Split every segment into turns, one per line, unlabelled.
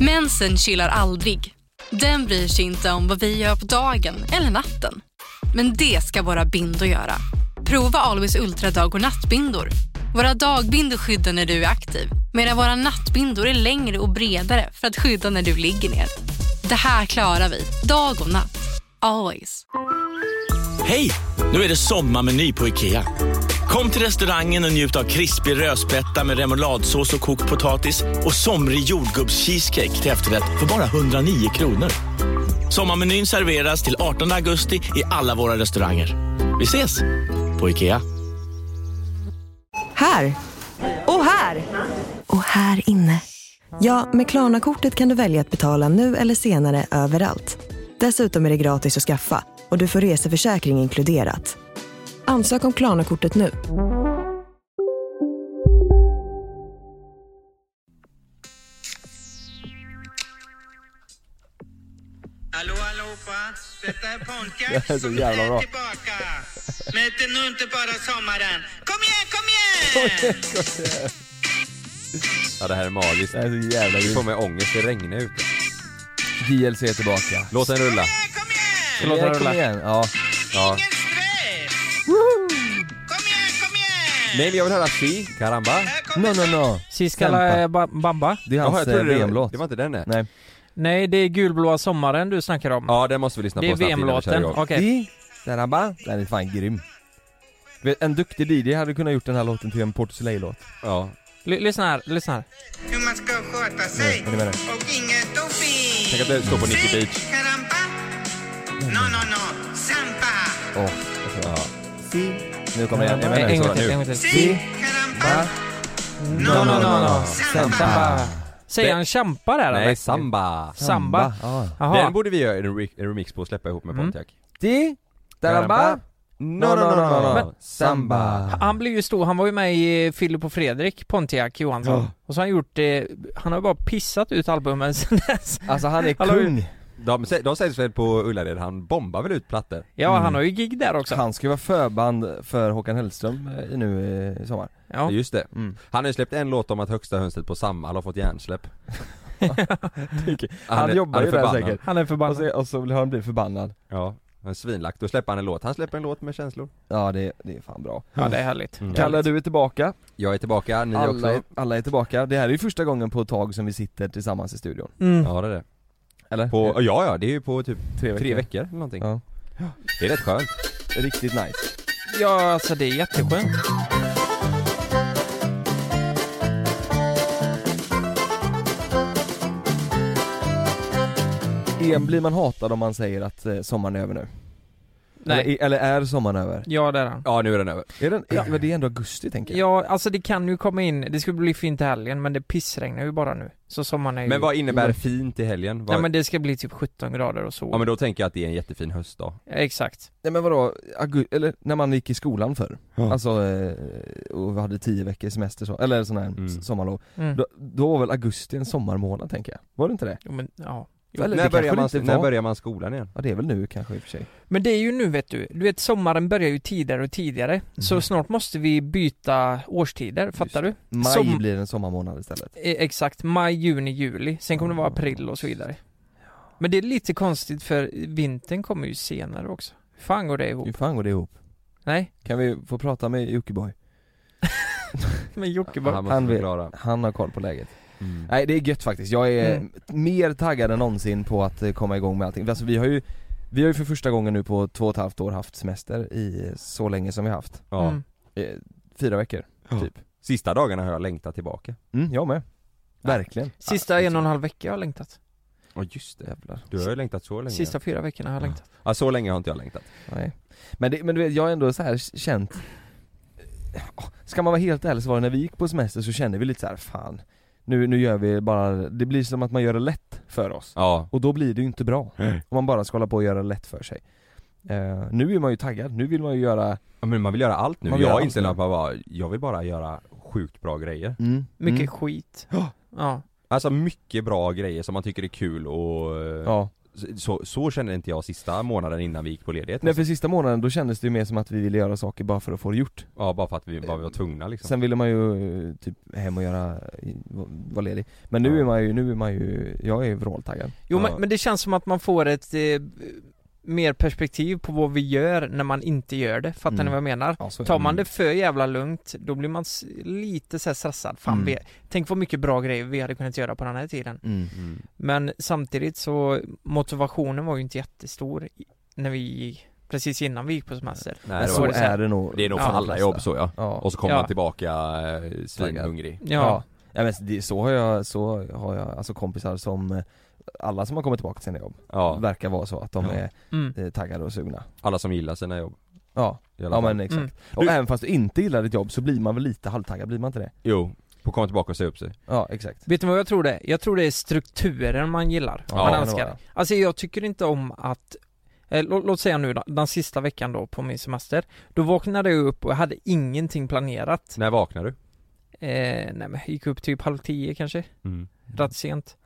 Mensen chillar aldrig. Den bryr sig inte om vad vi gör på dagen eller natten. Men det ska våra bindor göra. Prova Always Ultra dag och nattbindor. Våra dagbindor skyddar när du är aktiv medan våra nattbindor är längre och bredare för att skydda när du ligger ner. Det här klarar vi, dag och natt. Always.
Hej! Nu är det sommarmeny på IKEA. Kom till restaurangen och njut av krispig rödspätta med remouladsås och kokt potatis och somrig jordgubbscheesecake till efterrätt för bara 109 kronor. Sommarmenyn serveras till 18 augusti i alla våra restauranger. Vi ses! På IKEA.
Här! Och här! Och här inne. Ja, med Klarna-kortet kan du välja att betala nu eller senare överallt. Dessutom är det gratis att skaffa och du får reseförsäkring inkluderat. Ansök om Klarna-kortet nu.
Hallå allihopa, detta är Pontiac
Det är så
som
jävla bra.
tillbaka. Möt nu inte bara sommaren. Kom igen, kom igen!
Ja, det här är magiskt.
Det här är så jävla
Du får
grymt.
mig ångest, det regnar ute.
JLC är tillbaka.
Låt den rulla.
Kom igen,
Låt den
Kom
rulla.
igen. Ja.
Ja.
ingen stress! Kom igen, kom igen!
Nej men jag vill höra Si, Caramba.
Här
No,
kommer
no, no. Sämpa.
Siskala eh, ba- Bamba?
Det är
Jaha,
hans
jag trodde
eh,
det-
VM-låt.
Det var inte den nej.
Nej.
Nej, det är gulblåa sommaren du snackar om.
Ja, den måste vi lyssna
det
på
är
snabbt innan vi kör
VM-låten.
igång.
Okej.
Di, Daraba. Den är fan grym. Du vet, En duktig DJ hade kunnat gjort den här låten till en Port Soleil-låt.
Ja.
L- lyssna här, lyssna här.
hur man ska sköta sig
men det menar
och ingen doping.
Tänk att det står på Nicky
Si,
Beach.
Karamba? No, no, no. Sampa!
Åh,
Ja.
nu kommer den.
En,
Jag menar
en
så.
gång till,
nu.
en gång till.
Si, Karamba? No, no, no. Sampa!
Säger han champa där eller?
Nej, Samba.
Samba?
Ja.
Jaha.
Den borde vi göra en re- en remix på och släppa ihop med
Mm.
Pontiac.
Di, Daraba.
No, no, no, no, no.
Men-
Samba.
Han blev ju stor, han var ju med i eh, Filip och Fredrik, Pontiac Johansson.
Ja.
Och så har han gjort, eh, han har ju bara pissat ut albumen sen dess.
Alltså han är
Han har ju-
kung.
De, sä- de säljs väl på Ullared, han bombar väl ut plattor?
Ja,
Mm.
han har ju gig där också.
Han ska ju vara förband för Håkan Hellström eh, i nu eh, i sommar.
Ja.
Just det.
Mm.
Han har ju släppt en låt om att högsta hönset på Samhall har fått hjärnsläpp.
Han,
är-
jobbar
är
ju där
förbannad.
säkert.
Han är
Och
förbannad.
så, och så vill han bli förbannad.
Ja, en svinlack. Då släpper han en låt. Han släpper en låt med känslor.
Ja det, det är fan bra.
Ja, det är härligt.
Mm.
Kalle du är tillbaka.
Jag är tillbaka, ni också.
Alla är, alla är tillbaka. Det här är ju första gången på ett tag som vi sitter tillsammans i studion.
Mm.
Ja det är det.
Eller?
På, ja ja, det är ju på typ
tre
tre veckor eller någonting.
Ja.
Det är rätt skönt.
Riktigt nice.
Ja, alltså det är jätteskönt.
En blir man hatad om man säger att eh, sommaren är över nu?
Nej.
Eller, eller är sommaren över?
Ja, det är han.
Ja nu är den över.
Är den, är, det är ändå augusti tänker jag.
Ja, alltså det kan ju komma in, det skulle bli fint i helgen men det pissregnar ju bara nu. Så sommaren är ju...
Men vad innebär fint i helgen? Vad...
Nej men det ska bli typ 17 grader och sol.
Ja men då tänker jag att det är en jättefin höstdag.
Exakt.
Nej men vadå, augusti, eller när man gick i skolan förr.
Ja.
Alltså, eh, och vi hade tio veckor semester så, eller sån här
Mm.
s- sommarlov.
Mm.
Då, då var väl augusti en sommarmånad tänker jag? Var det inte det?
Jo, men, ja.
Eller
när,
det
börjar
kanske
man,
det inte
när
var.
börjar man skolan igen?
Ja det är väl nu kanske i och för sig.
men det är ju nu vet du, du vet sommaren börjar ju tidigare och tidigare. Så
Mhm.
snart måste vi byta årstider, fattar du?
Maj
Som-
blir en sommarmånad istället.
E- Exakt, maj, juni, juli. Sen kommer det vara april och så vidare. Men det är lite konstigt för vintern kommer ju senare också. Hur fan går det ihop?
Hur fan går det ihop?
Nej,
Kan vi få prata med Jockiboi?
men Jocke
Han
bara...
måste
Han
han
vet.
klara.
Han har koll på läget.
Mm.
Nej det är gött faktiskt, jag är
Mm.
mer taggad än någonsin på att eh, komma igång med allting. Alltså vi har ju, vi har ju för första gången nu på två och ett halvt år haft semester i så länge som vi har haft.
Ja.
Mm.
Eh, Fyra veckor,
Ja.
typ.
Sista dagarna har jag längtat tillbaka.
Mm, jag med. Verkligen.
Sista en och en halv vecka har jag längtat.
Ja just det.
Jävlar.
Du har ju längtat så länge.
Sista fyra veckorna har jag längtat.
Ja så länge har inte jag längtat.
Nej. Men, det, men du vet, jag har ändå så här känt eh, Ska man vara helt ärlig så var det när vi gick på semester så kände vi lite så här, fan nu, nu gör vi bara, det blir som att man gör det lätt för oss
Ja.
Och då blir det ju inte bra om man bara ska hålla på och göra det lätt för sig Eh, Nu är man ju taggad, nu vill man ju göra
ja men man vill göra allt nu.
Man vill
jag
göra
är
allt
inställd
nu.
att man bara, jag vill bara göra sjukt bra grejer.
Mm.
Mycket
Mm.
skit. Ja.
Alltså mycket bra grejer som man tycker är kul och eh,
Ja,
Så- Så, så kände inte jag sista månaden innan vi gick på ledighet
Nej för sista månaden då kändes det ju mer som att vi ville göra saker bara för att få det gjort
Ja bara för att vi, bara vi var tvungna liksom
Sen ville man ju eh, typ hem och göra, vara ledig Men nu
Ja.
är man ju, nu är man ju, jag är ju vråltaggad
Jo
Ja.
men, men det känns som att man får ett eh, mer perspektiv på vad vi gör när man inte gör det, fattar
Mm.
ni vad jag menar?
ja, så,
Tar man det för jävla lugnt, då blir man s- lite så här stressad. Fan,
Mm.
vi, tänk vad mycket bra grejer vi hade kunnat göra på den här tiden.
mm.
Mm.
Men samtidigt så, motivationen var ju inte jättestor i- när vi, precis innan vi gick på semester.
Nej,
Men
det,
så
var,
det så här.
är det nog
det är nog
Ja,
för
de
alla
flesta.
jobb så ja
Ja,
Och så kommer
Ja.
man tillbaka eh, svinhungrig
Ja,
ja. ja. men det, så har jag, så har jag alltså kompisar som eh, alla som har kommit tillbaka till sina jobb
Ja,
verkar vara så att de
Ja.
är
Mm.
eh, taggade och sugna
alla som gillar sina jobb
Ja,
i alla
ja
fall.
men exakt.
Mm.
Och
Du-
även fast du inte gillar ditt jobb så blir man väl lite halvtaggad, blir man inte det?
Jo, på komma tillbaka och säga upp sig
Ja exakt
Vet du vad jag tror det är? Jag tror det är strukturen man gillar,
Ja,
man
det
älskar.
kan det
Alltså jag tycker inte om att eh, låt, låt säga nu då, den sista veckan då på min semester Då vaknade jag upp och jag hade ingenting planerat
När vaknar du?
eh, Nej men jag gick upp typ halv tio kanske,
Mm.
rätt sent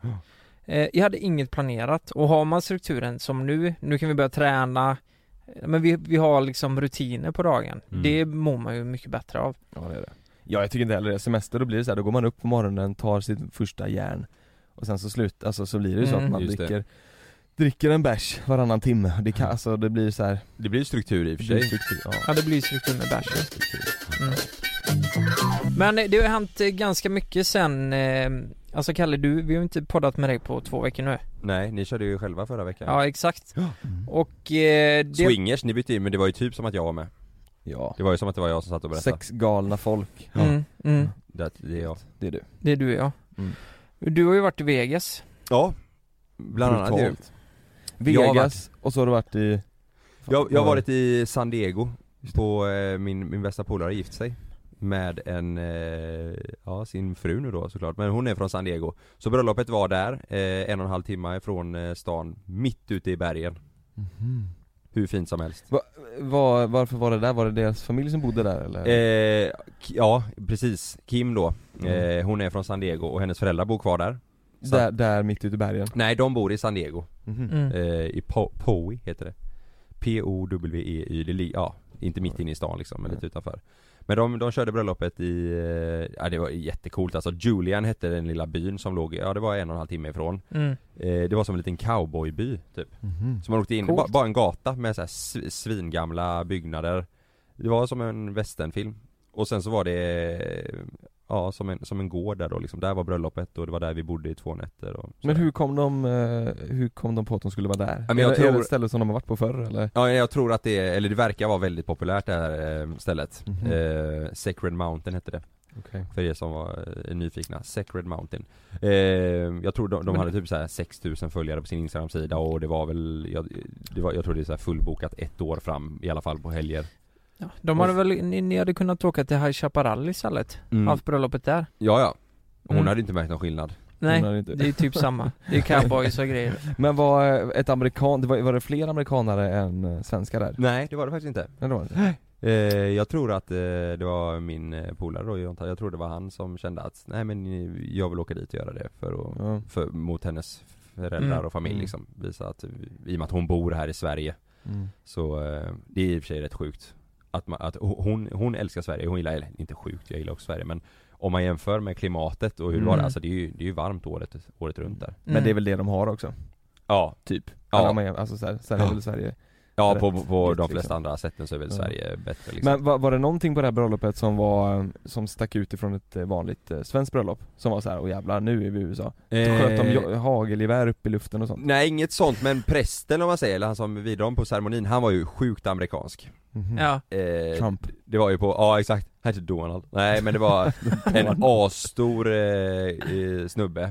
eh, Jag hade inget planerat och har man strukturen som nu, nu kan vi börja träna eh, Men vi, vi har liksom rutiner på dagen,
Mm.
det mår man ju mycket bättre av
Ja det är det Ja jag tycker inte heller det, semester då blir det så här, då går man upp på morgonen, tar sitt första järn Och sen så slut, alltså så blir det ju så att
Mm.
man
Just det.
dricker Dricker en bärs varannan timme, det kan, alltså det blir så här
Det blir struktur i och för
det blir
sig
struktur, ja.
Ja det blir struktur med bärs ju. mm. Men eh, det har ju hänt eh, ganska mycket sen eh, Alltså Kalle du, vi har ju inte poddat med dig på två veckor nu
Nej, ni körde ju själva förra veckan
Ja exakt
Ja.
Och eh, det,
Swingers, ni bytte in men det var ju typ som att jag var med
ja.
Det var ju som att det var jag som satt och berättade
Sex galna folk,
mm, mm,
det, det är jag
det är du
det är du ja
Mm.
Du har ju varit i Vegas
Ja, bland annat ju
Brutalt.
Jag har
Vegas, och så har du varit i
Jag, jag har varit i San Diego på eh, min, min bästa polare har gift sig med en, eh, ja sin fru nu då såklart, men hon är från San Diego Så bröllopet var där, eh, en och en halv timme ifrån eh, stan, mitt ute i bergen
Mhm.
Hur fint som helst
Va, va, Varför var det där? Var det deras familj som bodde där eller?
eh, K- Ja, precis, Kim då,
Mm.
eh, hon är från San Diego och hennes föräldrar bor kvar där
där, där mitt ute i bergen?
Nej de bor i San Diego,
Mhm.
mm.
eh, i po- Powi heter det P-O-W-E-Y, E det li- ja, inte mitt inne i stan liksom, men lite utanför Men de, de körde bröllopet i, eh, ja det var jättecoolt alltså, Julian hette den lilla byn som låg, ja det var en och en halv timme ifrån
Mm.
eh, Det var som en liten cowboyby typ,
Mhm.
så man åkte in,
Coolt.
ba, bara en gata med så här sv- svingamla byggnader Det var som en westernfilm Och sen så var det, eh, ja som en, som en gård där då liksom, där var bröllopet och det var där vi bodde i två nätter och
Men hur kom de, eh, hur kom de på att de skulle vara där?
Ja, men jag
är, det- är det
tror-
ett ställe som de har varit på förr eller?
Ja jag tror att det är, eller det verkar vara väldigt populärt det här eh, stället
Mhm.
eh, Sacred Mountain hette det
Okej.
För er som var eh, nyfikna, Sacred Mountain eh, Jag tror de, de
Men-
hade typ så här 6000 följare på sin Instagram-sida och det var väl Jag, det var, jag tror det är så här fullbokat ett år fram i alla fall på helger
Ja, de hade väl, ni, ni hade kunnat åka till High Chaparral istället, haft bröllopet där
Ja ja, Mm. hon
Mm.
hade inte märkt någon skillnad
Nej,
hade inte-
det är typ samma, det är cowboys och grejer
Men var eh, ett amerikan, det var, var det fler amerikanare än eh, svenskar där?
Nej det var det faktiskt inte
Nej, det var det inte.
eh, Jag tror att eh, det var min eh, polare då, Jonta. jag tror det var han som kände att Nej men eh, jag vill åka dit och göra det för att
Ja.
för, mot hennes föräldrar
Mm.
och familj
Mm.
liksom. Visa att, i och med att hon bor här i Sverige
Mm.
så, eh, det är i och för sig rätt sjukt Att, man, att ho- hon, hon älskar Sverige, hon gillar, eller inte sjukt, jag gillar också Sverige men Om man jämför med klimatet och hur det var
Mm.
där, alltså det är ju, det är ju varmt året, året runt där
Men det är väl det de har också?
Ja,
Typ?
ja,
Alla, alltså så här, sen är
Ja.
väl Sverige
ja
rätt
på, på, på
rätt,
de
liksom.
flesta andra sätten så är väl
Ja.
Sverige bättre liksom
Men var, var det någonting på det här bröllopet som var, eh, som stack ut ifrån ett eh, vanligt eh, svenskt bröllop? Som var så här, åh jävlar nu är vi i USA Då
Eh.
Sköt de jo- hagelgevär upp i luften och sånt?
Nej inget sånt men prästen om man säger, eller han som vidare om på ceremonin, han var ju sjukt amerikansk
Mhm.
Ja,
eh,
Trump
Det var ju på, ja exakt, han hette Donald Nej men det var en
Mm.
asstor eh, eh, snubbe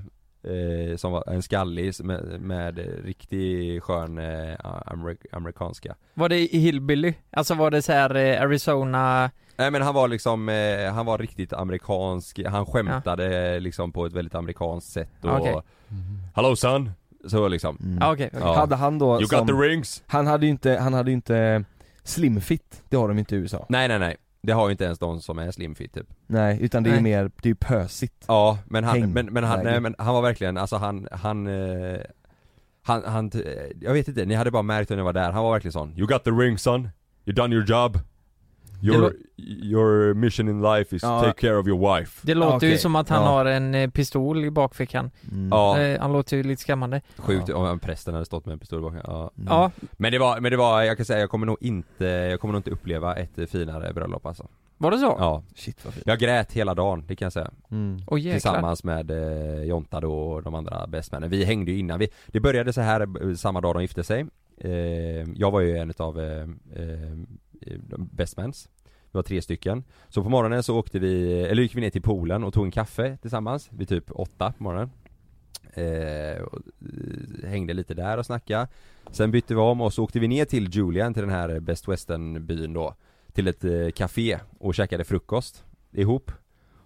eh, Som var en skallig som- med, med eh, riktig skön eh, amer, amerikanska
var det i hillbilly? Alltså var det så här eh, Arizona,
Nej men han var liksom, eh, han var riktigt amerikansk, han skämtade liksom på ett väldigt amerikanskt sätt
Ah,
och
Okej.
Hello son! Så liksom
Mm.
ah, okej, okej.
Ja.
Mm-hmm. Hade han då
You
som,
got the rings!
Han hade ju inte, han hade ju inte slimfit, det har de inte i USA
Nej nej nej, det har ju inte ens de som är slimfit typ
Nej, utan det är ju
Nej.
mer, det är ju pösigt
Ja, men han,
Häng.
men, men han,
Läge.
nej, men han var verkligen, alltså han, han eh, han, han, eh, jag vet inte, ni hade bara märkt när jag var där, han var verkligen sån You got the ring son, you done your job Your, your mission in life is
Ja.
take care of your wife
Det låter ju
okej.
som att han
Ja.
har en eh, pistol i bakfickan.
Mm.
Ja,
Eh, han låter ju lite skrämmande.
sjukt om prästen hade stått med en pistol bakom, ja.
Mm.
Ja,
Men det var, men det var, jag kan säga jag kommer nog inte, jag kommer nog inte uppleva ett eh, finare bröllop alltså
var det så? Åh
Ja,
Shit vad fint.
jag grät hela dagen, det kan jag säga
Mm.
jäklar.
Tillsammans med eh, Jonta då och de andra bästmännen. Vi hängde ju innan, vi, det började så här eh, samma dag de gifte sig eh, Jag var ju en utav eh, eh, de bästmäns Vi var tre stycken Så på morgonen så åkte vi, eller gick vi ner till poolen och tog en kaffe tillsammans vid typ åtta på morgonen eh, och, eh, Hängde lite där och snackade Sen bytte vi om och så åkte vi ner till Julian till den här Best Western byn då Till ett eh, café och käkade frukost ihop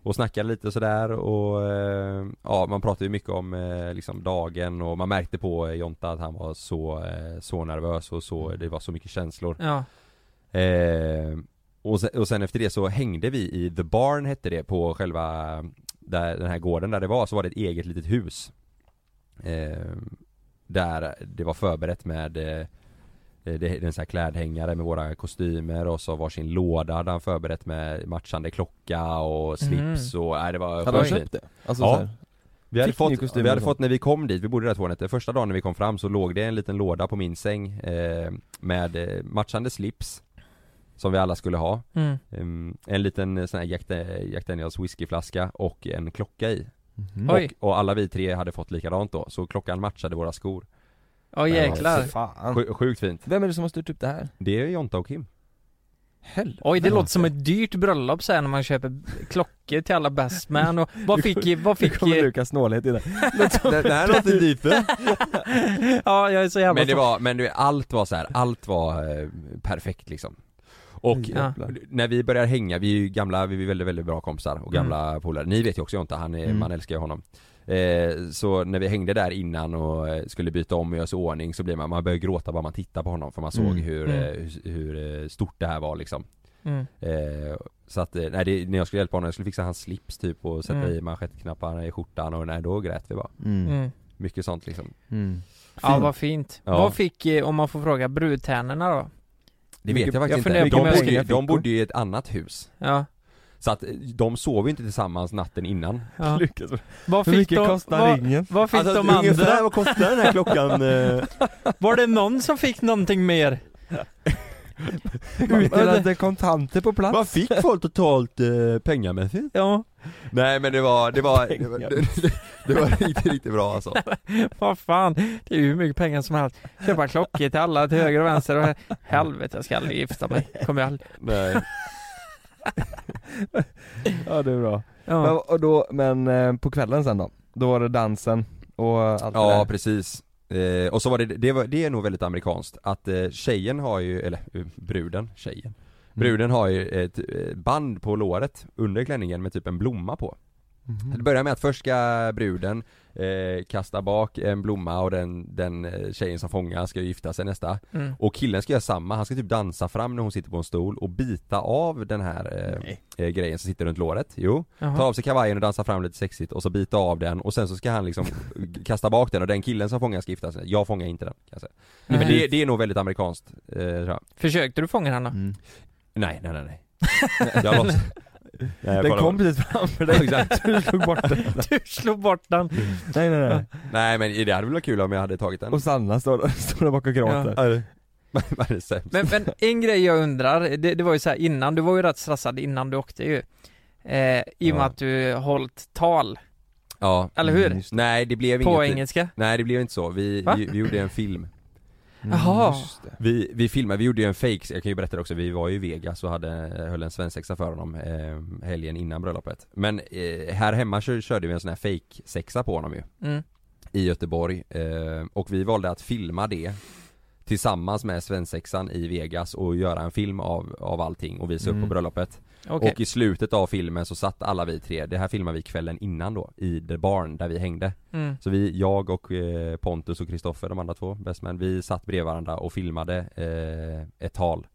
och snackade lite sådär och eh, ja man pratade ju mycket om eh, liksom dagen och man märkte på eh, Jonta att han var så, eh, så nervös och så, det var så mycket känslor
Ja,
eh, och, sen, och sen efter det så hängde vi i The Barn hette det på själva där, den här gården där det var så var det ett eget litet hus eh, Där det var förberett med eh, det, det är en sån här klädhängare med våra kostymer och så varsin låda hade han förberett med matchande klocka och slips och, nej det var
Hade han
sjukt fint.
köpt det? Alltså
Ja.
så här.
Vi hade,
Fick ni
fått,
kostymer
vi hade
och sånt?
fått när vi kom dit, vi bodde där två nätter, första dagen när vi kom fram så låg det en liten låda på min säng eh, Med eh, matchande slips Som vi alla skulle ha
mm.
Ehm, En liten eh, sån här Jack, Da- Jack Daniels whiskyflaska och en klocka i
Mhm.
Oj.
och, och alla vi tre hade fått likadant då, så klockan matchade våra skor
Åh jäklar.
Fy Fan.
Sj- Sjukt fint
Vem är det som har styrt upp det här?
Det är Jonta och Kim
Helvete.
Oj, det låter som ett dyrt bröllop så här när man köper klockor till alla bestman och vad fick, vad
Nu
fick,
kommer Lukas snålhet i det.
Det, det här låter dyrt
ja jag är så jävla
Men det var, men du, vet, allt var så här, allt var eh, perfekt liksom och
Ja.
när vi börjar hänga, vi är ju gamla, vi är väldigt väldigt bra kompisar och gamla polare, ni vet ju också Jonta, han är,
Mm.
man älskar ju honom eh, Så när vi hängde där innan och eh, skulle byta om och göra sig i ordning så blev man, man började gråta bara man tittade på honom för man såg
Mm.
hur,
Mm.
eh, hur, hur eh, stort det här var liksom
Mm.
Eh, så att, eh, nej, det, när jag skulle hjälpa honom, jag skulle fixa hans slips typ och sätta
Mm.
i manschettknapparna i skjortan och nej, då grät vi bara.
Mm.
Mm.
Mycket sånt liksom.
Mm.
Ja vad fint.
Ja.
Vad fick, eh, om man får fråga, brudtärnorna då?
Det
Mycket-
vet jag
jag
faktiskt
funderar
inte.
på
De
om jag
bodde, ju,
ringer
de
fickor.
bodde ju i ett annat hus.
Ja,
Så att eh, de sov ju inte tillsammans natten innan.
ja.
Lukas,
Vad
hur
fick
mycket
de,
kostar
vad,
ringen?
vad fick
Alltså,
de andra?
vad kostar den här klockan? eh,
Var det någon som fick någonting mer? Utan
Utdelade kontanter på plats?
fick folk totalt eh, pengamässigt?
Ja,
Nej men det var, det var, det var, det, var riktigt, riktigt bra alltså.
vad fan. Det är ju hur mycket pengar som helst. Köpa klockor till alla, till höger och vänster och helvete jag ska aldrig gifta mig. Kommer jag aldrig.
Nej.
Ja det är bra. Men,
Ja.
och då, men eh, på kvällen sen då? Då var det dansen och allt det
Ja
där?
precis eh, Och så var det, det, var, det är nog väldigt amerikanskt att eh, tjejen har ju, eller eh, bruden, tjejen Bruden har ju ett eh, band på låret under klänningen med typ en blomma på
Mm.
Det börjar med att först ska bruden eh, kasta bak en blomma och den, den eh, tjejen som fångar ska ju gifta sig nästa
Mm.
Och killen ska göra samma, han ska typ dansa fram när hon sitter på en stol och bita av den här eh, eh, grejen som sitter runt låret, jo Tar
Jaha.
av sig kavajen och dansar fram lite sexigt och så biter av den och sen så ska han liksom kasta bak den och den killen som fångar ska gifta sig. Jag fångar inte den kan jag säga. Men
Nej.
det, det är nog väldigt amerikanskt. Eh, tror jag.
Försökte du fånga den då?
Mm.
nej, nej, nej, nej. Jag låtsas. Nej, jag
Den
kollar
kom
bara.
precis framför dig,
Exakt.
du slog bort den.
Du slog bort den.
Nej nej nej.
Nej men det hade väl varit kul om jag hade tagit den.
Och Sanna står, står där bak och gråter.
Ja, det- Vad är det sämst?
Men, men en grej jag undrar, det, det var ju så här innan, du var ju rätt stressad innan du åkte ju. Eh, I och med
Ja.
att du hållit tal,
Ja.
eller hur?
Mm, just
Nej det blev
på
inget.
engelska.
Nej det blev inte så. Vi,
Va?
vi, vi gjorde en film.
Mm,
Jaha.
just det.
Vi, vi filmade, vi gjorde ju en fake, jag kan ju berätta det också, vi var ju i Vegas och hade, höll en svensexa för honom eh, helgen innan bröllopet Men eh, här hemma kör, körde vi en sån här fake sexa på honom ju
Mm.
I Göteborg, eh, och vi valde att filma det Tillsammans med svensexan i Vegas och göra en film av, av allting och visa upp
Mm.
på bröllopet
Okej.
Och i slutet av filmen så satt alla vi tre, det här filmade vi kvällen innan då, i The Barn där vi hängde
Mm.
så vi, jag och eh, Pontus och Kristoffer, de andra två best man, vi satt bredvid varandra och filmade eh, ett tal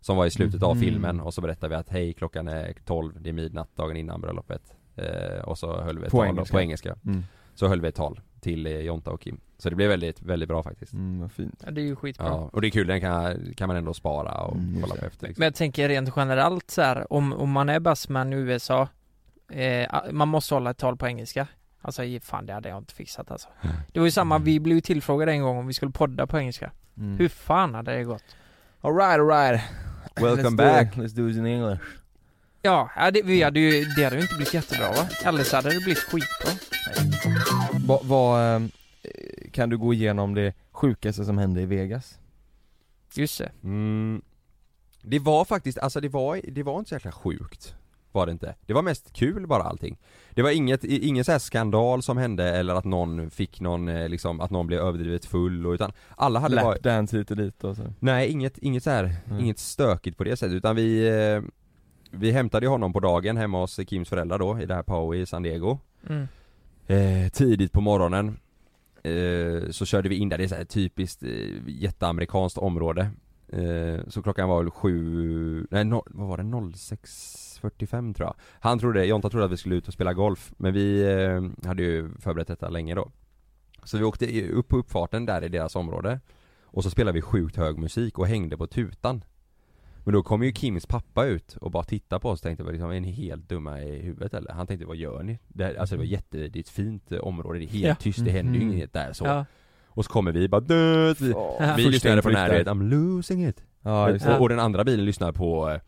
Som var i slutet av
Mhm.
filmen och så berättade vi att hej klockan är 12, det är midnatt dagen innan bröllopet eh, Och så höll vi ett
På
tal
engelska.
på engelska
Mm.
Så höll vi ett tal till eh, Jonta och Kim. Så det blev väldigt, väldigt bra faktiskt.
Mm, vad fint.
Ja, det är ju skitbra.
Ja, och det är kul, den kan, kan man ändå spara och
Mm, just
kolla
det.
på efter liksom.
Men jag tänker rent generellt så här, om, om man är bassman i USA, eh, man måste hålla ett tal på engelska. Alltså ge fan det hade jag inte fixat alltså. Det var ju samma, vi blev ju tillfrågade en gång om vi skulle podda på engelska.
Mm.
Hur fan hade det gått?
Alright alright.
Welcome
Let's
back.
Do it. Let's do it in English.
Ja, ja, det, vi hade ju, det hade ju inte blivit jättebra va? Eller så hade det blivit skitbra.
Va, vad, ehm, eh, kan du gå igenom det sjukaste som hände i Vegas?
Just det.
Mm. Det var faktiskt, alltså det var, det var inte så jäkla sjukt Var det inte. Det var mest kul bara allting Det var inget, i- ingen så här skandal som hände eller att någon fick någon eh, liksom, att någon blev överdrivet full och utan Alla hade bara,
Lapdance hit och dit och så.
nej inget, inget så här,
Mm.
inget stökigt på det sättet utan vi eh, Vi hämtade ju honom på dagen hemma hos Kims föräldrar då i det här Poway i San Diego
Mm.
eh, tidigt på morgonen eh, Så körde vi in där, det är så här typiskt eh, jätteamerikanskt område eh, Så klockan var väl sju, nej no, vad var det, 06.45 tror jag Han trodde, Jonta trodde att vi skulle ut och spela golf Men vi eh, hade ju förberett detta länge då Så vi åkte i- upp på uppfarten där i deras område Och så spelade vi sjukt hög musik och hängde på tutan men då kom ju Kims pappa ut och bara tittade på oss och tänkte liksom, är ni helt dumma i huvudet eller? Han tänkte vad gör ni? Det här, alltså det var jätte, det är ett fint eh, område, det är helt
Ja.
tyst, det händer ju
Mhm.
inget där så
Ja.
Och så kommer vi bara död Vi, vi lyssnade på den här du vet, I'm losing it
Ja, just det.
och, och den andra bilen lyssnar på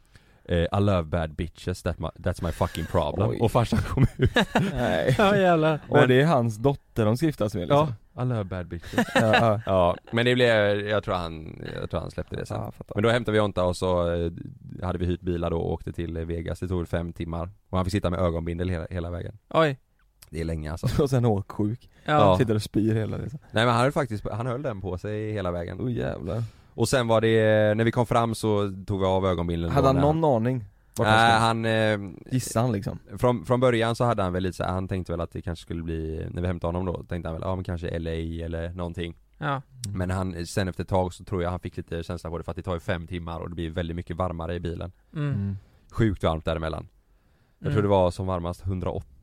eh, I love bad bitches, that my, that's my fucking problem
Oj.
Och farsan kom ut
Nej.
Ja jävlar.
Och det är hans dotter de skiftas med liksom.
I love bad bitches
Ja. ja.
Ja, men det blev, jag tror han, jag tror han släppte det sen
Ja, fattar.
Men då hämtade vi Jonta och så eh, hade vi hyrt bilar då och åkte till eh, Vegas, det tog väl fem timmar Och han fick sitta med ögonbindel hela, hela vägen
Oj.
Det är länge alltså
Och sen åksjuk.
Ja.
Sitter och spyr hela liksom.
Nej men han höll faktiskt, han höll den på sig hela vägen
Åh Oh, jävlar.
Och sen var det, eh, när vi kom fram så tog vi av ögonbindeln
Hade
då
han
när
någon aning? Vart han
Nej
skulle?
han, eh,
Gissade han liksom?
Från, från början så hade han väl lite så här, han tänkte väl att det kanske skulle bli, när vi hämtade honom då, tänkte han väl, ja men kanske LA eller någonting
Ja.
Men han, sen efter ett tag så tror jag han fick lite känsla på det för att det tar ju fem timmar och det blir väldigt mycket varmare i bilen
Mm. Mm.
Sjukt varmt däremellan Jag tror det var som varmast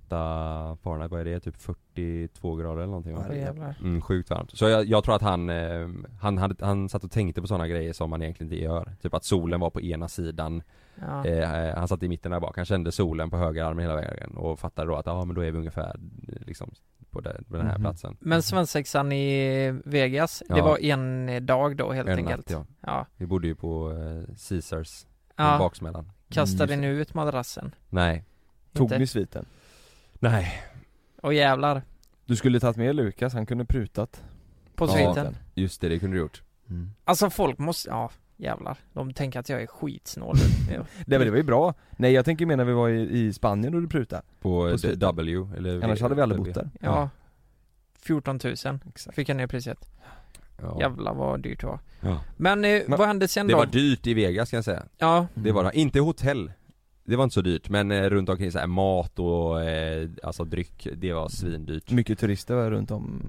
108 Fahrenheit, vad är det? Typ 42 grader eller någonting va?
Åh, jävlar.
Mm, sjukt varmt. Så jag, jag tror att han, eh, han, hade, han satt och tänkte på sådana grejer som man egentligen inte gör. Typ att solen var på ena sidan
Ja.
Eh, han satt i mitten där bak, han kände solen på höger armen hela vägen och fattade då att ja ah, men då är vi ungefär eh, liksom på, den- på den här
Mhm.
platsen
Men svensexan i Vegas, det
Ja.
var en dag då helt
En
enkelt.
natt, ja.
ja.
Vi bodde ju på eh, Caesars,
Ja.
i baksmällan
Kastade
Mm,
ni ut madrassen?
Nej
Tog
Inte.
ni sviten?
Nej
Och jävlar,
Du skulle tagit med Lukas, han kunde prutat. Mm.
på
Ja. Mm.
sviten.
Just det, det kunde du gjort
Alltså folk måste, ja jävlar. De tänker att jag är skitsnål. Ja.
Nej men det var ju bra. Nej jag tänker mer när vi var i, i Spanien och du prutade.
På, eh,
sviten.
W eller
Annars hade vi aldrig
W.
bott där.
ja. 14 000
Exakt.
fick jag ner priset.
ja.
Jävlar vad dyrt det var.
Ja.
Men, eh,
Men-
vad hände sen
Det
då?
var dyrt i Vegas kan jag säga
ja,
Det
Mm.
var det, inte hotell Det var inte så dyrt men eh, runt omkring så här mat och eh, alltså dryck, det var svindyrt
Mycket turister var runt om.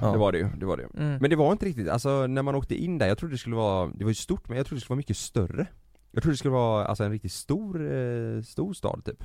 det var det ju, det var det ju
mm.
Men det var inte riktigt, alltså när man åkte in där, jag trodde det skulle vara, det var ju stort men jag trodde det skulle vara mycket större Jag trodde det skulle vara alltså en riktigt stor, eh, stor stad typ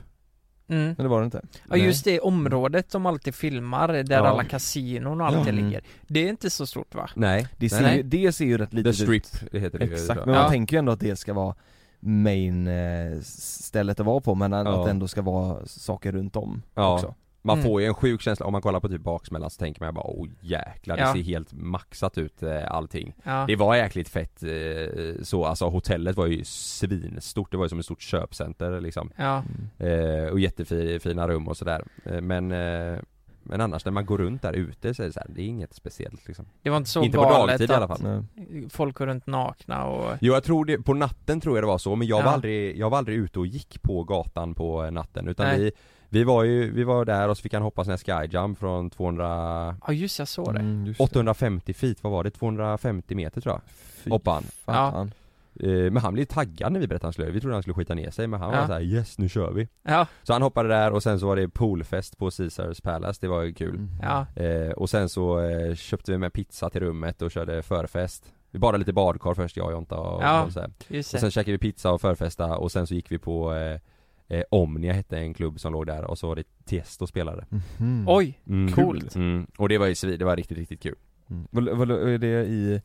Mm.
Men det var det inte.
Ja just det området de alltid filmar, där
Ja.
alla kasinon och allt det
Ja.
ligger. Det är inte så stort va?
Nej,
Det ser,
nej,
Ju, det ser ju rätt
nej.
litet
The
ut.
Strip det heter det ju
Exakt,
idag.
men man
Ja.
tänker ju ändå att det ska vara main eh, stället att vara på men att
Ja.
det ändå ska vara saker runt om
Ja.
också.
Man
Mm.
får ju en sjuk känsla, om man kollar på typ baksmällan så tänker man bara oh jäklar det
Ja.
ser helt maxat ut eh, allting
Ja.
Det var jäkligt fett eh, så, alltså hotellet var ju svinstort, det var ju som ett stort köpcenter liksom
Ja.
Eh, och jättefina rum och sådär. Eh, men, eh, men annars när man går runt där ute så är det så här, det är inget speciellt liksom.
Det var inte så
Inte på
galet
dagtid i
att
alla fall.
Nej.
folk går runt nakna och...
Jo jag tror det, på natten tror jag det var så, men jag,
Ja.
var, aldrig, jag var aldrig ute och gick på gatan på eh, natten utan
Nej.
vi vi var ju, vi var där och så fick han hoppa sån här skyjump från 200
Ja just jag såg det.
Mm, just det.
850 feet, vad var det? 250 meter tror jag,
Fy
hoppade han.
fan. Mm.
Eh, Men han blev taggad när vi berättade att han skulle, vi trodde han skulle skita ner sig men han
Ja.
var såhär 'Yes, nu kör vi'
Ja,
Så han hoppade där och sen så var det poolfest på Caesars Palace, det var ju kul
Mm.
ja.
Eh, och sen så eh, köpte vi med pizza till rummet och körde förfest Vi badade lite badkar först jag och Jonta och,
Ja,
och så här.
Just
Och
det.
sen käkade vi pizza och förfesta och sen så gick vi på eh, eh, Omnia hette en klubb som låg där och så var det Tiesto spelade
Mhm.
Oj!
mm.
Coolt.
mm. Och det var ju svin, det var riktigt riktigt kul
Mm. Vad, vad, är det i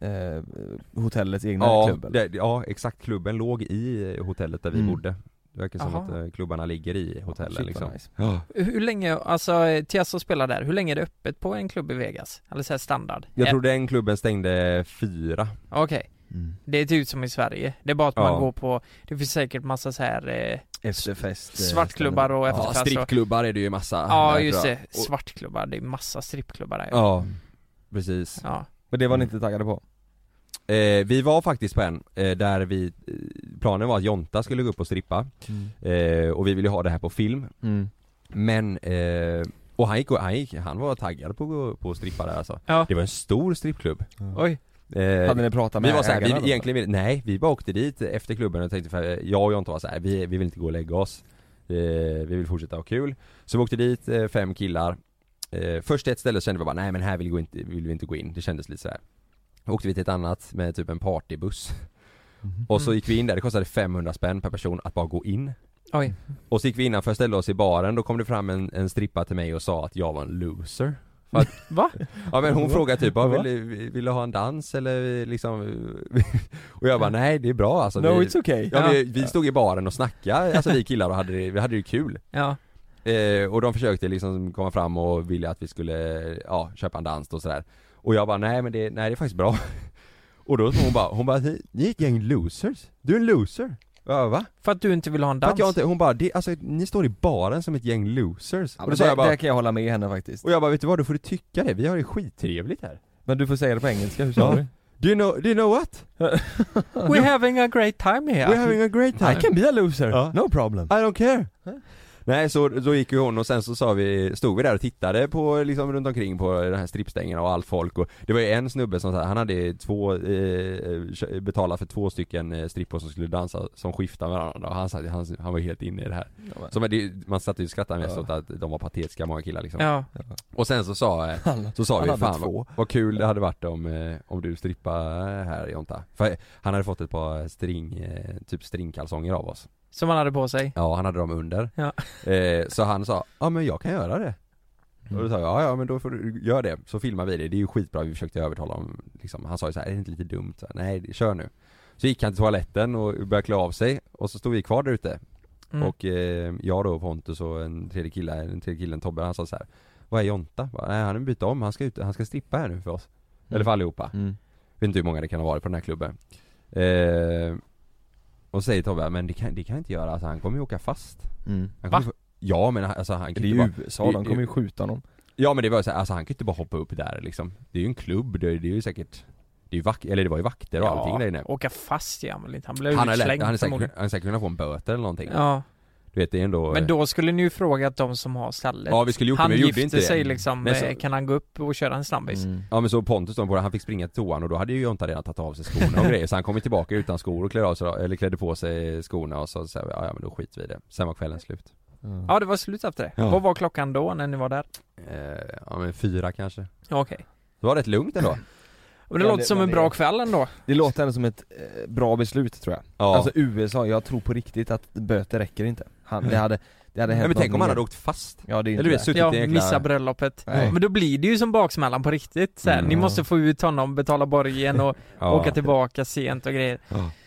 eh, hotellets egna
Ja,
klubb? eller?
det, ja exakt, klubben låg i hotellet där vi
Mm.
bodde Det verkar som
Jaha.
att eh, klubbarna ligger i hotellet
Shit,
liksom
vad nice.
Ja.
Hur länge, alltså eh, Tiasso spelar där, hur länge är det öppet på en klubb i Vegas? Eller såhär standard?
Jag
Eh,
tror den klubben stängde fyra
Okej,
Mm.
det är typ som i Sverige. Det är bara att
Ja.
man går på, det finns säkert massa så här eh,
Efterfest eh,
svartklubbar och
Ja,
efterfest och-
strippklubbar är Ah, det ju massa
Ja
där,
just
tror
det, Mm.
jag. Och-
svartklubbar, det är massa strippklubbar där ja.
Ja, precis
ja.
Men det var ni inte taggade på?
Eh, vi var faktiskt på en eh, där vi, eh, planen var att Jonta skulle gå upp och strippa eh, och vi ville ju ha det här på film
Mm.
men, eh, och han gick, och- han gick, han var taggad på att gå på att strippa där alltså
Ja.
Det var en stor strippklubb
Oj,
eh,
Hade ni pratat med
Vi var såhär,
ägarna då?
vi, egentligen ville, nej vi bara åkte dit efter klubben och tänkte för jag och Jonte var såhär, vi, vi vill inte gå och lägga oss eh, Vi vill fortsätta ha kul Så vi åkte dit, eh, fem killar eh, Först till ett ställe så kände vi bara, nej men här vill vi, gå inte, vill vi inte gå in, det kändes lite såhär Åkte vi till ett annat med typ en partybuss Och så
Mm.
gick vi in där, det kostade 500 spänn per person att bara gå in
oj,
och så gick vi innanför, ställde oss i baren, då kom det fram en, en strippa till mig och sa att jag var en loser För att,
Va?
Ja men hon frågade typ, ah,
Va?
vill, du- vill du ha en dans eller liksom Och jag bara, nej det är bra alltså
No
vi,
it's okay.
ja, vi, vi stod i baren och snackade, alltså vi killar och hade det, vi hade det kul
ja,
eh, Och de försökte liksom komma fram och ville att vi skulle, ja, köpa en dans och sådär Och jag bara, nej men det, nej det är faktiskt bra Och då hon bara, hon bara, ni ni är ett gäng losers, du är en loser Ja, va?
för att du inte vill ha
För
en dans?
att jag inte, hon bara, det, alltså ni står i baren som ett gäng losers.
Ja,
och
men
då sa
där,
jag bara,
där kan jag hålla med henne faktiskt.
och jag bara vet du vad, då får du tycka det, vi har det skittrevligt här.
Men du får säga det på engelska, hur sa
Ja.
du?
Do you know, do you know what?
We're having a great time here!
We're having a great time.
I can be a loser,
Ja.
no problem.
I don't care. Nej så då gick ju hon och sen så sa vi, stod vi där och tittade på liksom runt omkring på den här strippstängerna och allt folk och det var ju en snubbe som så här, han hade två, eh, kö- betalat för två stycken eh, strippor som skulle dansa som skiftade med varandra och han, sa- han, han var ju helt inne i det här.
Ja, men-
Så men det, man satt ju och skrattade mest
Ja.
åt att de var patetiska många killar liksom.
Ja,
Och sen så sa eh,
Han-
Så sa
Han
vi
hade
fan
två."
vad, vad kul det hade varit om, eh, om du strippade här Jonta För han hade fått ett par string, eh, typ stringkalsonger av oss
som han hade på sig.
Ja han hade dem under
Ja.
eh, Så han sa, ja men jag kan göra det Och då sa jag, ja ja men då får du, gör det, så filmar vi det, det är ju skitbra, vi försökte övertala honom liksom. Han sa ju så här, är det inte lite dumt? Så här, Nej, det- kör nu Så gick han till toaletten och började klä av sig, och så stod vi kvar där ute
Mm.
och eh, jag då Pontus och en tredje kille, eh, den tredje killen Tobbe, han sa så här. Vad är Jonta? Jag bara, Nej han har bytt om, han ska, ut, han ska strippa här nu för oss Eller för allihopa,
Mm.
vet inte hur många det kan ha varit på den här klubben eh, Och säger Tobbe, men det kan, det kan jag inte göra, alltså, han kommer ju åka fast
Mm.
han kommer få- Ja men han- alltså han
Det
kan
är
inte
ju
bara,
USA, de kommer ju skjuta honom.
Ja men det var ju så här, alltså han kan inte bara hoppa upp där liksom Det är ju en klubb, det är, det är ju säkert Det är ju vak- eller det var ju vakter och allting där inne
åka fast gör han väl inte? Han blev
Han har lätt,
utslängd
han har säkert,
förmodligen.
han har säkert kunnat få en böter eller någonting
Ja,
Du vet det är ändå
men då skulle ni ju frågat de som har stallet.
Ja vi skulle gjort det
han
men vi gjorde
gifte
inte det
sig liksom,
Men så- Mm.
eh, kan han gå upp och köra en snabbis?
Mm.
Ja men så Pontus då, han fick springa till toan och då hade ju Jonta redan tagit av sig skorna och grejer så han kom ju tillbaka utan skor och klädde, av sig, eller klädde på sig skorna och så sa vi ja ja, men då skiter vi i det. Sen var kvällen slut.
Ja, det var slut efter det.
Ja.
Vad var klockan då när ni var där?
Eh, ja men fyra kanske.
Ja, Okej.
Det var rätt lugnt ändå.
Men det
Men
låter
det-
som
men
en
det-
bra kväll ändå.
Det låter ändå som ett eh, bra beslut tror jag.
Ja.
Alltså USA, jag tror på riktigt att böter räcker inte. Han, det hade, det hade hänt
Nej, men tänk om
något
han hade
mer.
åkt fast.
Ja det är
Eller du
inte
vet,
det.
suttit
Ja,
i en jäkla...
missa bröllopet.
Nej.
Men då blir det ju som baksmällan på riktigt så här,
Mm.
Ni
Ja.
måste få ut honom, betala borgen och
ja.
åka tillbaka sent och grejer.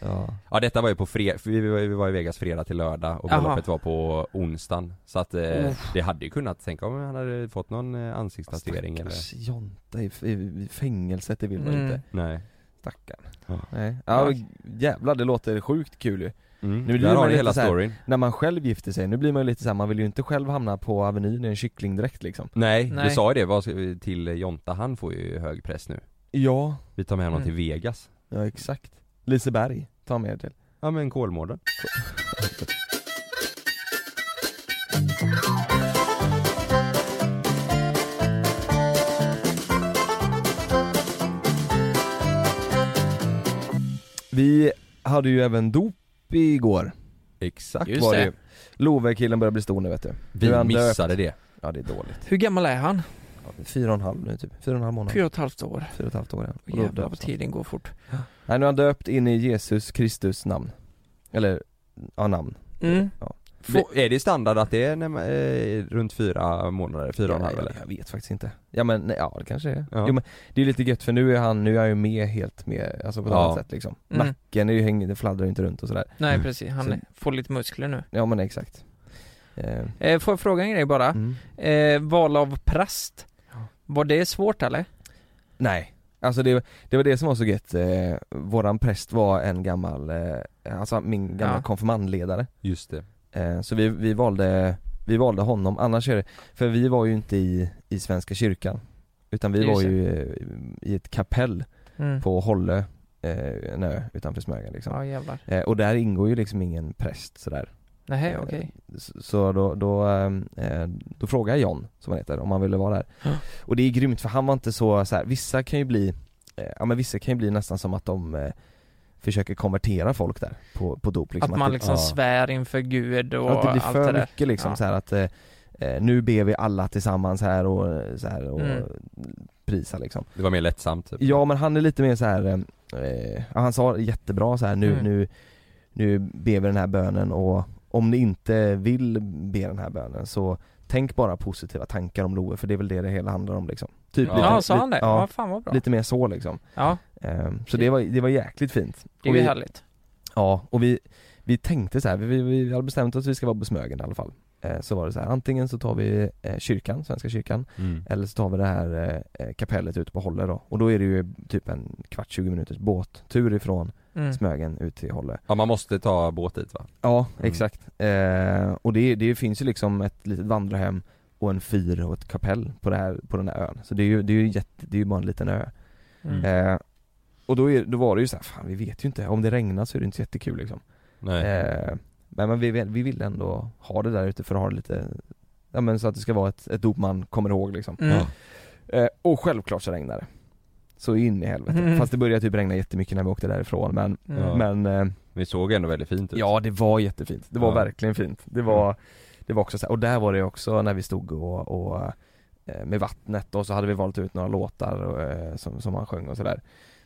Ja.
Ja detta var ju på fred... för vi var, vi var i Vegas fredag till lördag och
Jaha.
bröllopet var på onsdagen. Så att eh,
Uff.
det hade ju kunnat, tänk om han hade fått någon eh, ansiktsdatering eller...
Stackars Jonta i, i, i fängelset, det vill man
Mm.
inte.
Nej.
Stackarn.
Ja.
Nej. Ja, jävlar det låter sjukt kul ju.
Mm.
Nu blir
Där
man
har ni
lite
hela
så här-
storyn.
När man själv gifter sig, nu blir man ju lite såhär, man vill ju inte själv hamna på Avenyn i en kycklingdräkt liksom.
Nej,
Nej.
vi sa ju det vad ska vi- till Jonta, han får ju hög press nu.
Ja,
Vi tar med honom
Mm.
till Vegas.
ja exakt. Liseberg, ta med er till.
Ja men Kolmården.
Vi hade ju även dop igår.
Exakt
Just
var
det.
det.
Lovekillen börjar bli stor nu vet du. Nu är
Vi
han
missade
döpt.
det.
Ja det är dåligt.
Hur gammal är han?
Ja, Fyra och en halv nu typ. Fyra och en halv månad.
Fyra och ett halvt år.
Fyra och ett halvt år igen. Och då
Jävlar vad
döps han.
tiden går fort.
Nej nu har han döpt in i Jesus Kristus namn. Eller, ja namn.
Mm.
Ja.
Få-
Är det standard att det är när man, eh, runt fyra månader, fyra och en halv
jag,
eller?
jag vet faktiskt inte. Ja men nej, ja det kanske är.
Ja.
Jo, men det är lite gött för nu är han, nu är han ju med helt med, alltså på ett
Ja.
annat sätt liksom.
Mm.
Nacken är ju hängd, den fladdrar ju inte runt och sådär.
Nej
Mm.
precis, han
Så-
får lite muskler nu.
Ja men exakt. Eh,
Eh, får jag fråga en grej bara?
mm.
Eh, val av präst.
Ja.
Var det svårt eller?
Nej, alltså det, det var det som var så gött. Eh, våran präst var en gammal, eh, alltså min gamla
Ja.
konfirmandledare.
Just det.
Eh, så vi, vi, valde, vi valde honom, annars är det, för vi var ju inte i, i Svenska kyrkan. Utan vi
Just
var
det.
ju eh, i ett kapell
Mm.
på Hållö, eh, en ö utanför Smögen liksom.
Ja jävlar.
Eh, och där ingår ju liksom ingen präst sådär.
Nej
Eh,
okej.
Så, så då, då, ehm, eh, då frågade jag John, som han heter, om han ville vara där.
Ja.
Och det är grymt för han var inte så, så här, vissa kan ju bli, eh, ja men vissa kan ju bli nästan som att de eh, försöker konvertera folk där på, på dop liksom.
att man
det-
liksom
ja.
svär inför Gud och
Att det blir
allt det
för
där.
mycket liksom
Ja.
så här att eh, eh, nu ber vi alla tillsammans här och eh, så här och
Mm.
prisa liksom.
Det var mer lättsamt typ.
Ja men han är lite mer så här. eh, Eh, ja, han sa jättebra så här nu,
Mm.
nu, nu ber vi den här bönen och om ni inte vill be den här bönen så tänk bara positiva tankar om Love för det är väl det det hela handlar om liksom. Typ
Ja.
lite,
Ja, sa
li-
han det? Ja,
Ja,
fan vad bra.
lite mer så liksom.
Ja,
Eh, så det var, det var jäkligt fint.
det är
Och
ju
vi-
härligt.
Ja, och vi, vi tänkte så här, vi, vi, vi hade bestämt oss att vi ska vara på Smögen i alla fall. Eh, så var det så här, antingen så tar vi eh, kyrkan, Svenska kyrkan,
Mm.
eller så tar vi det här eh, kapellet ute på Hållö då. Och då är det ju typ en kvart, 20 minuters båttur ifrån
Mm.
Smögen ut till Hållö.
Ja man måste ta båt dit va?
Ja,
Mm.
exakt. Eh, och det, det finns ju liksom ett litet vandrarhem och en fyr och ett kapell på, det här, på den här ön. Så det är ju, det är ju, jätte, det är ju bara en liten ö.
Mm.
Eh, och då, är, då var det ju så här, fan vi vet ju inte, om det regnar så är det inte så jättekul liksom.
Nej.
Eh, men men vi, vill- vi vill ändå ha det där ute för att ha det lite, ja men så att det ska vara ett, ett dop man kommer ihåg liksom.
Mm.
Ja.
Eh, och självklart så regnade det. Så in i helvete.
Mm.
Fast det började typ regna jättemycket när vi åkte därifrån men,
Mm.
Ja.
men eh,
Vi såg ändå väldigt fint ut.
Ja det var jättefint, det var
Typ. Ja. Mm.
verkligen fint. Det var, det var också så här, och där var det också när vi stod och, och eh, med vattnet och så hade vi valt ut några låtar och, eh, som, som han sjöng och sådär.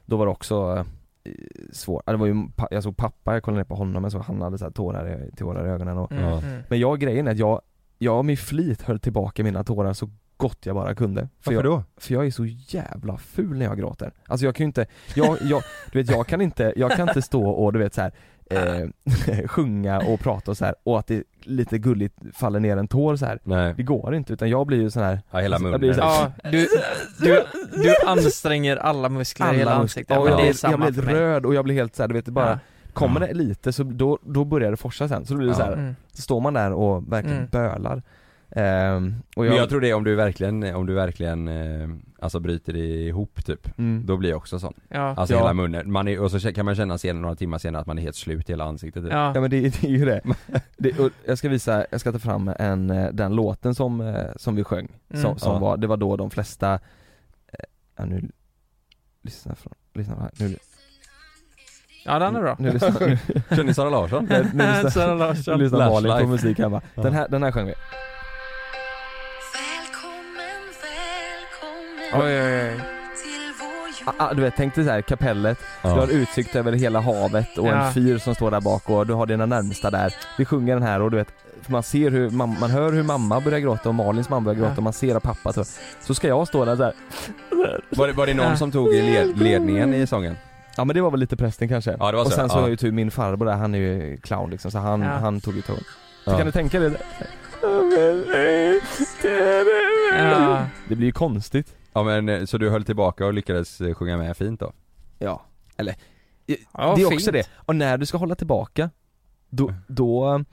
Då var det också eh, svårt, Ja, det var ju, pa- jag såg pappa, jag kollade ner på honom, jag såg han hade så här tårar i, tårar i ögonen och,
Mm.
Ja.
Mm.
Men jag grejen är att jag, jag med flit höll tillbaka mina tårar så gott jag bara kunde. För jag,
Varför då?
för jag är så jävla ful när jag gråter. Alltså jag kan ju inte, jag, jag, du vet jag kan inte, jag kan inte stå och du vet så här, eh, sjunga och prata och så här och att det lite gulligt faller ner en tår så här.
Nej.
Det går inte utan jag blir ju sån här
Ja, hela
Jag
munnen.
blir så här-
Ja, du, du, du anstränger alla muskler i hela
alla
ansiktet.
muskler,
men
och jag,
det är
blir-
samma
jag blir
för
helt
mig.
röd och jag blir helt så här, du vet det bara, kommer
Ja.
det lite så då, då börjar det forsa sen så då blir det
Ja.
så
Ja.
här,
Mm.
så står man där och verkligen
Mm.
bölar. Ehm, och jag,
Men jag tror det är om du verkligen, om du verkligen eh, alltså bryter ihop typ
mm,
Då blir jag också sån,
Ja.
alltså
Ja.
hela munnen, man är, och så kan man känna senare, några timmar senare att man är helt slut i hela ansiktet typ.
Ja
Ja.
men det, det är ju det. det och jag ska visa, jag ska ta fram en, eh, den låten som, eh, som vi sjöng,
Mm.
som, som
Ja.
var, det var då de flesta, eh, ja nu, lyssna från, lyssna på det här, nu,
ja, den är bra.
nu lyssnar, nu,
Känner ni Sara Larsson?
nu, nu lyssnar,
Sara
nu
Larsson.
lyssnar Malin på
Flashlight.
musik hemma. Den här, den här sjöng vi.
Välkommen, välkommen
Oj, oj, oj.
till vår
Ah, ah, du vet, tänk dig så här, kapellet, du har utsikt över hela havet och
Ja.
en fyr som står där bak och du har dina närmsta där. Vi sjunger den här och du vet, för man ser hur, man, man hör hur mamma börjar gråta och Malins mamma börjar gråta
Ja.
och man ser att pappa så, så ska jag stå där så här.
Var det, var det någon som tog i led, ledningen i sången?
Ja men det var väl lite prästen kanske.
Ja, det var
och
så,
sen så
ja.
har ju tur min farbror där, han är ju clown liksom så han,
Ja.
han tog ju ton. Så
Ja.
kan du tänka dig
Ja.
Det blir ju konstigt.
Ja men eh, så du höll tillbaka och lyckades eh, sjunga med fint då?
Ja. Eller,
Ja,
det är
fint.
också det. Och när du ska hålla tillbaka, då,
Mm.
då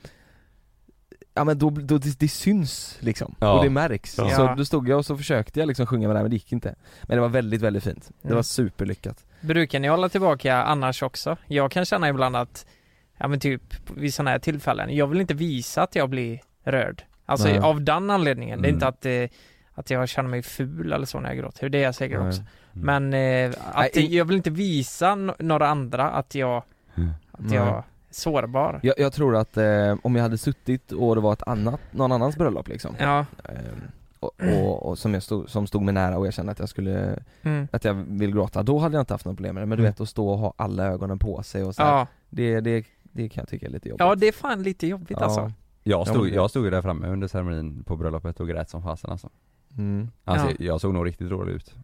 Ja men då, då det, det syns liksom,
Ja.
och det märks.
Ja.
Så då stod jag och så försökte jag liksom sjunga med det här men det gick inte. Men det var väldigt väldigt fint. Det
Mm.
var superlyckat.
Brukar ni hålla tillbaka annars också? Jag kan känna ibland att, ja men typ vid sådana här tillfällen, jag vill inte visa att jag blir rörd. Alltså
Nej.
av den anledningen. Det är
Mm.
inte att, eh, att jag känner mig ful eller så när jag gråter, det är jag säkert
Nej.
också.
Mm.
Mm.
Men eh, att
Nej, i-
jag vill inte visa no- några andra att jag,
Mm.
att jag
Nej.
är sårbar.
Jag, jag tror att eh, om jag hade suttit och det var ett annat, någon annans bröllop liksom,
Ja.
Ehm, och, och, och som, jag stod, som stod mig nära och jag kände att jag skulle,
Mm.
att jag vill gråta, då hade jag inte haft några problem med det men du
Mm.
vet att stå och ha alla ögonen på sig och så här,
Ja.
det, det, det kan jag tycka är lite jobbigt
ja, det är fan lite jobbigt alltså.
Jag
Ja,
stod,
men det-
jag stod ju där framme under ceremonin på bröllopet och grät som fasen alltså.
Mm.
alltså
Ja.
Jag såg nog riktigt rolig ut.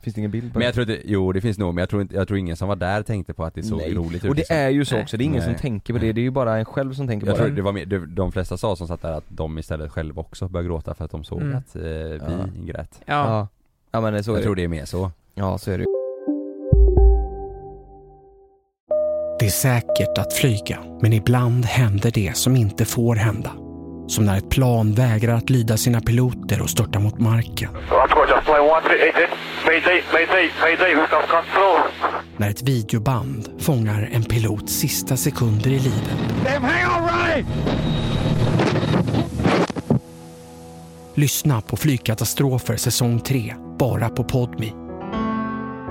Finns det ingen bild på
Men
det?
jag tror inte, jo det finns nog, men jag tror, inte, jag tror ingen som var där tänkte på att det såg
Nej.
roligt ut
Och det
liksom.
är ju så
Nej.
också, det är ingen som
Nej.
tänker på det, det är ju bara en själv som tänker
Jag
på
tror
det
det var mer, de, de flesta sa som satt där att de istället själva också började gråta för att de såg
Mm.
att eh, vi
Ja.
grät.
Ja,
Ja, ja men så är
Jag
det
tror det är mer så.
Ja så är det ju.
Det är säkert att flyga, men ibland händer det som inte får hända. Som när ett plan vägrar att lyda sina piloter och störtar mot marken.
Roger, fly one three eight eight. Mayday, mayday, mayday. We've got control.
När ett videoband fångar en pilots sista sekunder i livet. Lyssna på Flygkatastrofer säsong 3, bara på Podmi.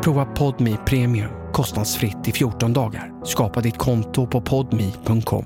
Prova Podmi Premium kostnadsfritt i 14 dagar. Skapa ditt konto på podmi.com.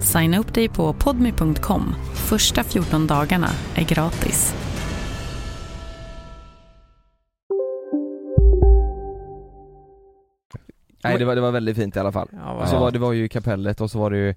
Signa upp dig på podmi.com. Första 14 dagarna är gratis.
Nej det var, det var väldigt fint i alla fall.
ja
Och
vad
så
så
var, det var ju kapellet och så var det ju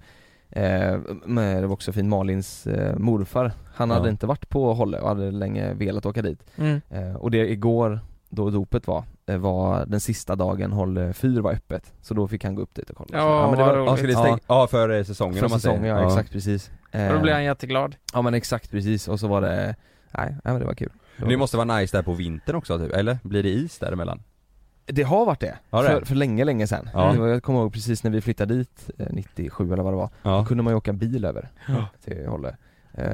eh, med, Det var också fint, Malins eh, morfar Han
Ja.
hade inte varit på Holle och hade länge velat åka dit
mm.
eh, Och det igår, då dopet var, eh, var den sista dagen Holle fyr var öppet Så då fick han gå upp dit och kolla
Ja,
men det
vad
var
roligt.
Ja, ska det stänga?
Ja.
Ja. för eh, säsongen
Från
om man säger.
säsongen, ja, exakt precis eh,
Då blir han jätteglad.
Ja men exakt precis, och så var det, nej, nej men det var kul var-
Det måste vara nice där på vintern också typ, eller? Blir det is däremellan?
Det har varit det,
Har det?
För, för länge länge sedan.
Ja.
Det var, jag kommer ihåg precis när vi flyttade dit, eh, 97 eller vad det var, då
Ja.
kunde man ju åka bil över
Ja.
till Hålle. Eh,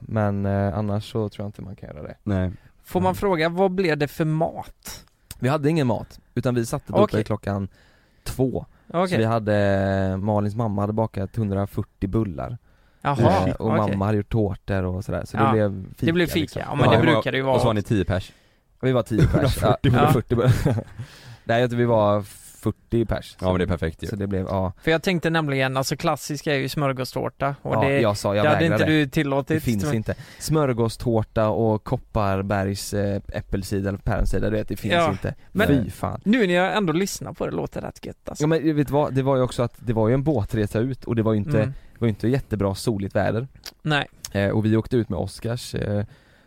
Men eh, annars så tror jag inte man kan göra det.
Nej.
Får man fråga, vad blev det för mat?
Vi hade ingen mat, utan vi satte dopet
Okej.
klockan två. Så
Okej,
Alltså, vi hade, eh, Malins mamma hade bakat 140 bullar
jaha.
Eh, och
okej.
mamma hade gjort tårtor och sådär, så det
Ja.
blev fika.
Det blev fika,
liksom.
ja men
Ja,
det
hur många-
brukar det ju
Och så var
vara.
ni 10 pers.
Vi var 10 pers.
140
ja,
bullar.
140 bullar. Nej jag tror vi var 40 pers.
Ja men det är perfekt ju.
Så det blev, ja.
För jag tänkte nämligen, alltså klassiska är ju smörgåstårta och
ja
det,
jag sa, jag
det hade
vägrade.
inte du
Det,
tillåtit.
finns
men-
inte. Smörgåstårta och Kopparbergs eh, äppelsida eller päronssida, du vet, det finns
Ja,
inte.
men-
Fy fan.
Nu när jag ändå lyssnar på det låter det rätt gött alltså.
Ja men vet du vad, det var ju också att det var ju en båtresa ut och det var ju inte,
Mm.
det var ju inte jättebra soligt väder.
Nej,
Eh, och vi åkte ut med Oscars eh,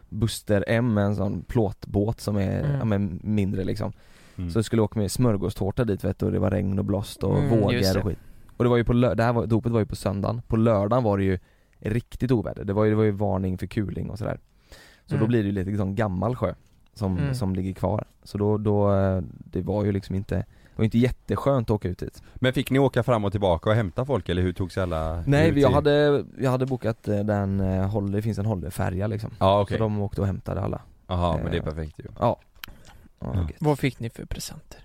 Buster M, en sån plåtbåt som är,
Mm.
ja, men mindre liksom.
Mm.
Så vi skulle åka med smörgåstårta dit vet du och det var regn och blåst och
Mm, just
vågor
det.
och skit. Och det var ju på lö- det här var, dopet var ju på söndagen, på lördagen var det ju riktigt oväder, det var ju, det var ju varning för kuling och sådär. Så då
Mm.
blir det ju lite liksom gammal sjö som,
Mm.
som ligger kvar. Så då, då, eh, det var ju liksom inte, det var ju inte jätteskönt att åka ut dit.
Men fick ni åka fram och tillbaka och hämta folk eller hur togs alla
Nej
ut
jag
i-
hade, jag hade bokat eh, den, eh, Holle, det finns en Holle-färja liksom.
Ja okej,
Så de Eh, åkte och hämtade alla.
jaha men det är perfekt ju.
Ja,
Ja.
gött.
vad fick ni för presenter?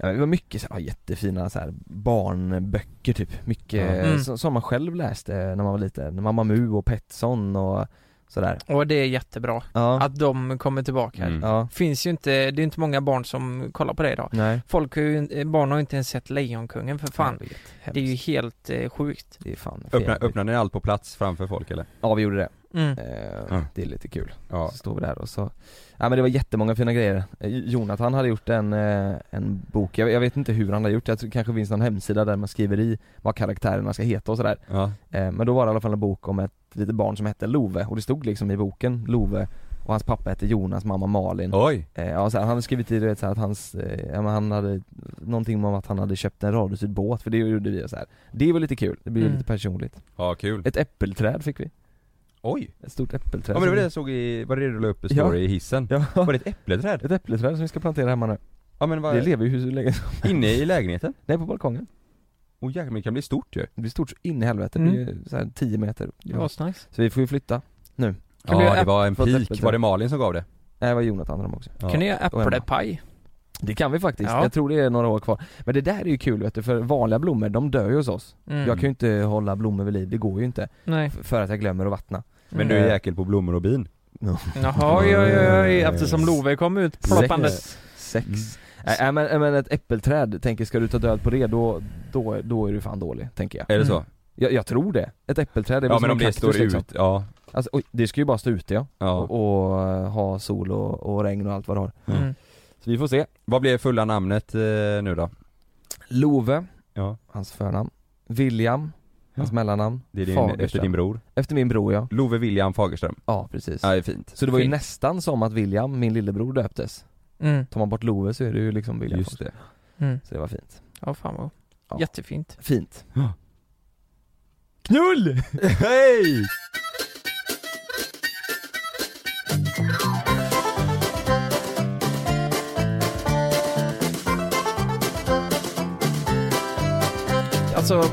Ja, men det var mycket så här, jättefina så här, barnböcker typ, mycket
Ja.
Mm.
som, som man själv läste när man var liten, Mamma Mu och Petson och sådär
Och det är jättebra
Ja,
att de kommer tillbaka.
Mm.
ja,
Finns ju inte, det är inte många barn som kollar på det idag.
nej
Folk har ju, eh, barn har ju inte ens sett Lejonkungen för fan.
Jag vet.
Det är ju
Hemskt.
helt eh, sjukt.
det är fan för
Öppna,
jävligt.
öppnade ni allt på plats framför folk eller?
Ja vi gjorde det,
Mm.
eh,
Ja.
det är lite kul
Ja.
Så står vi där och så, ja men det var jättemånga fina grejer Eh, Jonathan hade gjort en, eh, en bok, jag, jag vet inte hur han har gjort det, jag tror det kanske finns någon hemsida där man skriver i vad karaktärerna ska heta och sådär
Ja.
Eh, Men då var det i alla fall en bok om ett litet barn som hette Love och det stod liksom i boken Love och hans pappa hette Jonas, mamma Malin
Oj!
eh, ja, så här, Han hade skrivit i du vet, så här, att hans, eh, ja, men han hade någonting om att han hade köpt en radhusstyrd båt för det gjorde vi och så här. Det var lite kul, det blev
Mm.
lite personligt
Ja kul.
Ett äppelträd fick vi
Oj!
Ett stort äppelträd.
Ja men det var det jag såg i, var det det du la upp i story
Ja.
i hissen?
Ja.
Var det ett äppelträd?
Ett äppelträd som vi ska plantera hemma nu.
Ja men vad...
Det lever ju hur länge som
Inne i lägenheten?
Nej, på balkongen.
Åh jäklar men det kan bli stort ju
Det blir stort så in i helvete,
Mm.
det är ju så här 10 meter.
Ja,
asnice.
Så vi får ju flytta nu.
Ja det var en pik, var det Malin som gav det?
Nej det var Jonathan och dem också.
Ja. Kan ni göra
Och Emma.
äpplepaj?
Det kan vi faktiskt,
Ja.
jag tror det är några år kvar. Men det där är ju kul vet du, för vanliga blommor de dör ju hos oss.
Mm.
Jag kan ju inte hålla blommor vid liv, det går ju inte.
Nej.
F- För att jag glömmer att vattna.
Men du är jäkel på blommor och bin?
Mm. Jaha, oj, oj, oj,
Eh,
eftersom Love kom ut ploppandes.
Sex. Sex.
Mm.
Nej äh, men, äh, men ett äppelträd, tänker ska du ta död på det då, då, då är du fan dålig, tänker jag.
Är det så? Mm.
Jag, jag tror det. Ett äppelträd, det är väl
Ja
som
men
en
om det
kaktus,
står
liksom.
ut, ja
Alltså, oj, det ska ju bara stå ute ja,
Ja.
Och, och eh, ha sol och, och regn och allt vad det har
Mm.
Så vi får se
Vad blir fulla namnet eh, nu då?
Love,
Ja.
hans förnamn William, hans mellannamn
Det är din,
Fagerström.
efter din bror?
Efter min bror ja
Love William Fagerström?
Ja precis
Ja det är fint
Så det var ju
Fint.
nästan som att William, min lillebror döptes
Mm.
Tar man bort Love så är det ju liksom William
Just
också.
det. Mm.
Så det var fint
Ja, fan vad
Ja.
Jättefint.
Fint
Ja.
Knull!
Hej!
Alltså,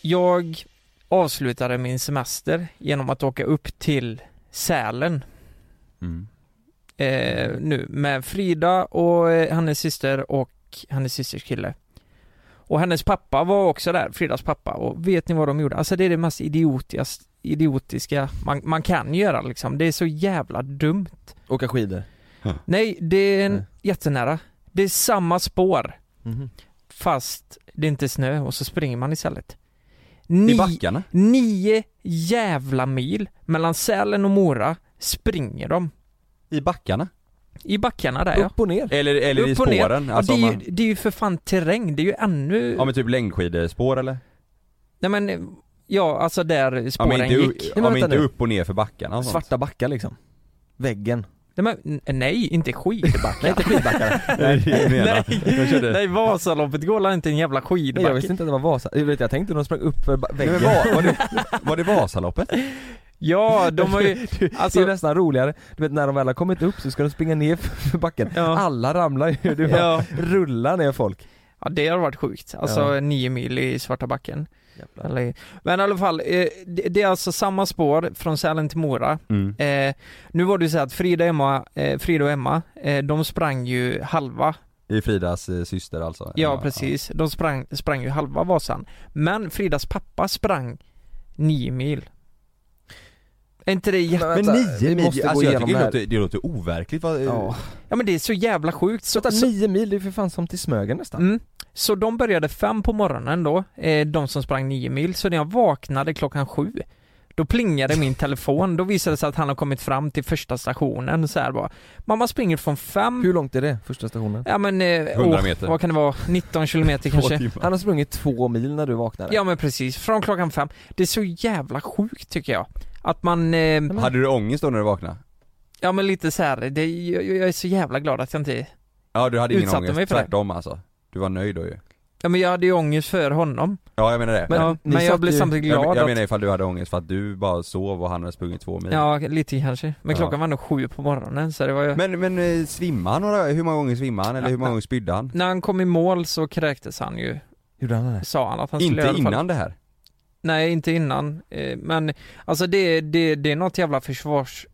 jag avslutade min semester genom att åka upp till Sälen
Mm.
eh, nu med Frida och eh, hennes syster och hennes systers kille. Och hennes pappa var också där, Fridas pappa, och vet ni vad de gjorde? Alltså det är det mest idiotiska, idiotiska man, man kan göra liksom. Det är så jävla dumt.
Åka skidor
Nej, det är en jättenära. Det är samma spår.
Mhm.
Fast det är inte snö och så springer man istället.
I
Ni-
backarna?
Nio jävla mil mellan Sälen och Mora springer de.
I backarna?
I backarna där ja.
Upp och ner
Eller, eller i
Upp och ner.
spåren? Alltså,
och
om
det, är
man,
ju, det är ju för fan terräng, det är ju ännu...
ja men typ längdskidspår eller?
Nej men, ja alltså där
Ja men
spåren
inte,
gick.
ja,
men
men
vänta
inte
nu.
upp och ner för backarna alltså. och sånt.
Svarta backar liksom Väggen
Nej, men, n- nej, inte skidbackar.
Nej inte skidbackar
Nej, det är det jag menar. Jag
nej,
körde-
nej, Vasaloppet går väl inte en jävla
Nej jag
skidbacke?
visste inte att det var Vasa, jag, vet, jag tänkte att de sprang upp för ba-
Nej,
väggen
men var, var, det, var det Vasaloppet?
Ja, de har ju...
Det är
Alltså,
nästan roligare, du vet när de väl har kommit upp så ska de springa ner för backen
Ja.
Alla ramlar ju, det bara
Ja.
rullar ner folk
Ja det har varit sjukt, alltså
Ja.
nio mil i svarta backen Eller, Men i alla fall, eh, det, det är alltså samma spår från Sälen till Mora
Mm.
eh, Nu var det ju så att Frida, och Emma, eh, Frida och Emma, eh, de sprang ju halva
I Fridas eh, syster alltså?
Ja precis, de sprang, sprang ju halva Vasan Men Fridas pappa sprang nio mil Är inte det jätte...
Men nio
vi
mil,
måste
alltså jag
gå igenom
tycker
det
det
här
låter, det låter overkligt vad,
Ja,
Ja men det är så jävla sjukt så,
vänta
så,
nio mil, det är för fan som till Smögen nästan
Mm. Så de började fem på morgonen då, eh, de som sprang nio mil, så när jag vaknade klockan sju då plingade min telefon, då visade det sig att han har kommit fram till första stationen så här bara Mamma springer från fem,
Hur långt är det, första stationen?
ja men, eh,
100
åh,
meter.
vad kan det vara, 19 kilometer kanske?
Han har sprungit två mil när du vaknade
Ja men precis, från klockan fem. Det är så jävla sjukt tycker jag. Att man, eh,
Hade du ångest då när du vaknade?
ja men lite så här, det, jag, jag är så jävla glad att jag inte,
Ja du hade ingen
Utsatte mig
ångest,
för det.
tvärtom alltså? Du var nöjd då ju?
ja men jag hade ju ångest för honom.
Ja jag menar det
Men,
Ja.
ja,
ni
men jag
satt
blev
ju-
samtidigt glad
jag,
att-
jag menar ifall du hade ångest för att du bara sov och han hade sprungit två mil
Ja, lite kanske. Men
Ja.
klockan var nog sju på morgonen så det var ju...
Men, men eh, svimmade han några, hur många gånger svimmade han eller hur många gånger spydde han?
När han kom i mål så kräktes han ju,
Gjorde han det?
sa han att han skulle
Inte
i alla fall- Alltså,
innan det här?
Nej, inte innan. Eh, Men alltså det, det, det är något jävla försvars...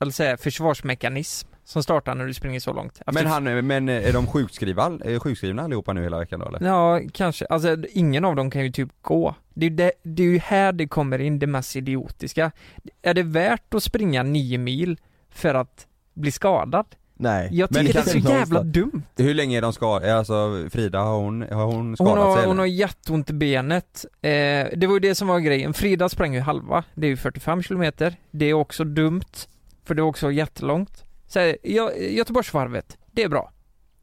Eller säga, försvarsmekanism som startar när du springer så långt. Att
Men,
du-
han, eh, men är de sjukskriva, är sjukskrivna allihopa nu hela veckan då eller?
Ja, kanske. Alltså ingen av dem kan ju typ gå. Det är, ju det, det är ju här det kommer in det mest idiotiska. Är det värt att springa nio mil för att bli skadad?
Nej
Jag
Men
tycker det
det
är så
kanske-
jävla dumt.
Hur länge är de skadade? Alltså Frida, har hon, har hon skadat
Hon har,
sig
hon
eller?
har jätteont i benet. Eh, det var ju det som var grejen. Frida sprang ju halva. Det är ju 45 kilometer. Det är också dumt. För det är också jättelångt. Så här, Gö- Göteborgsvarvet, det är bra.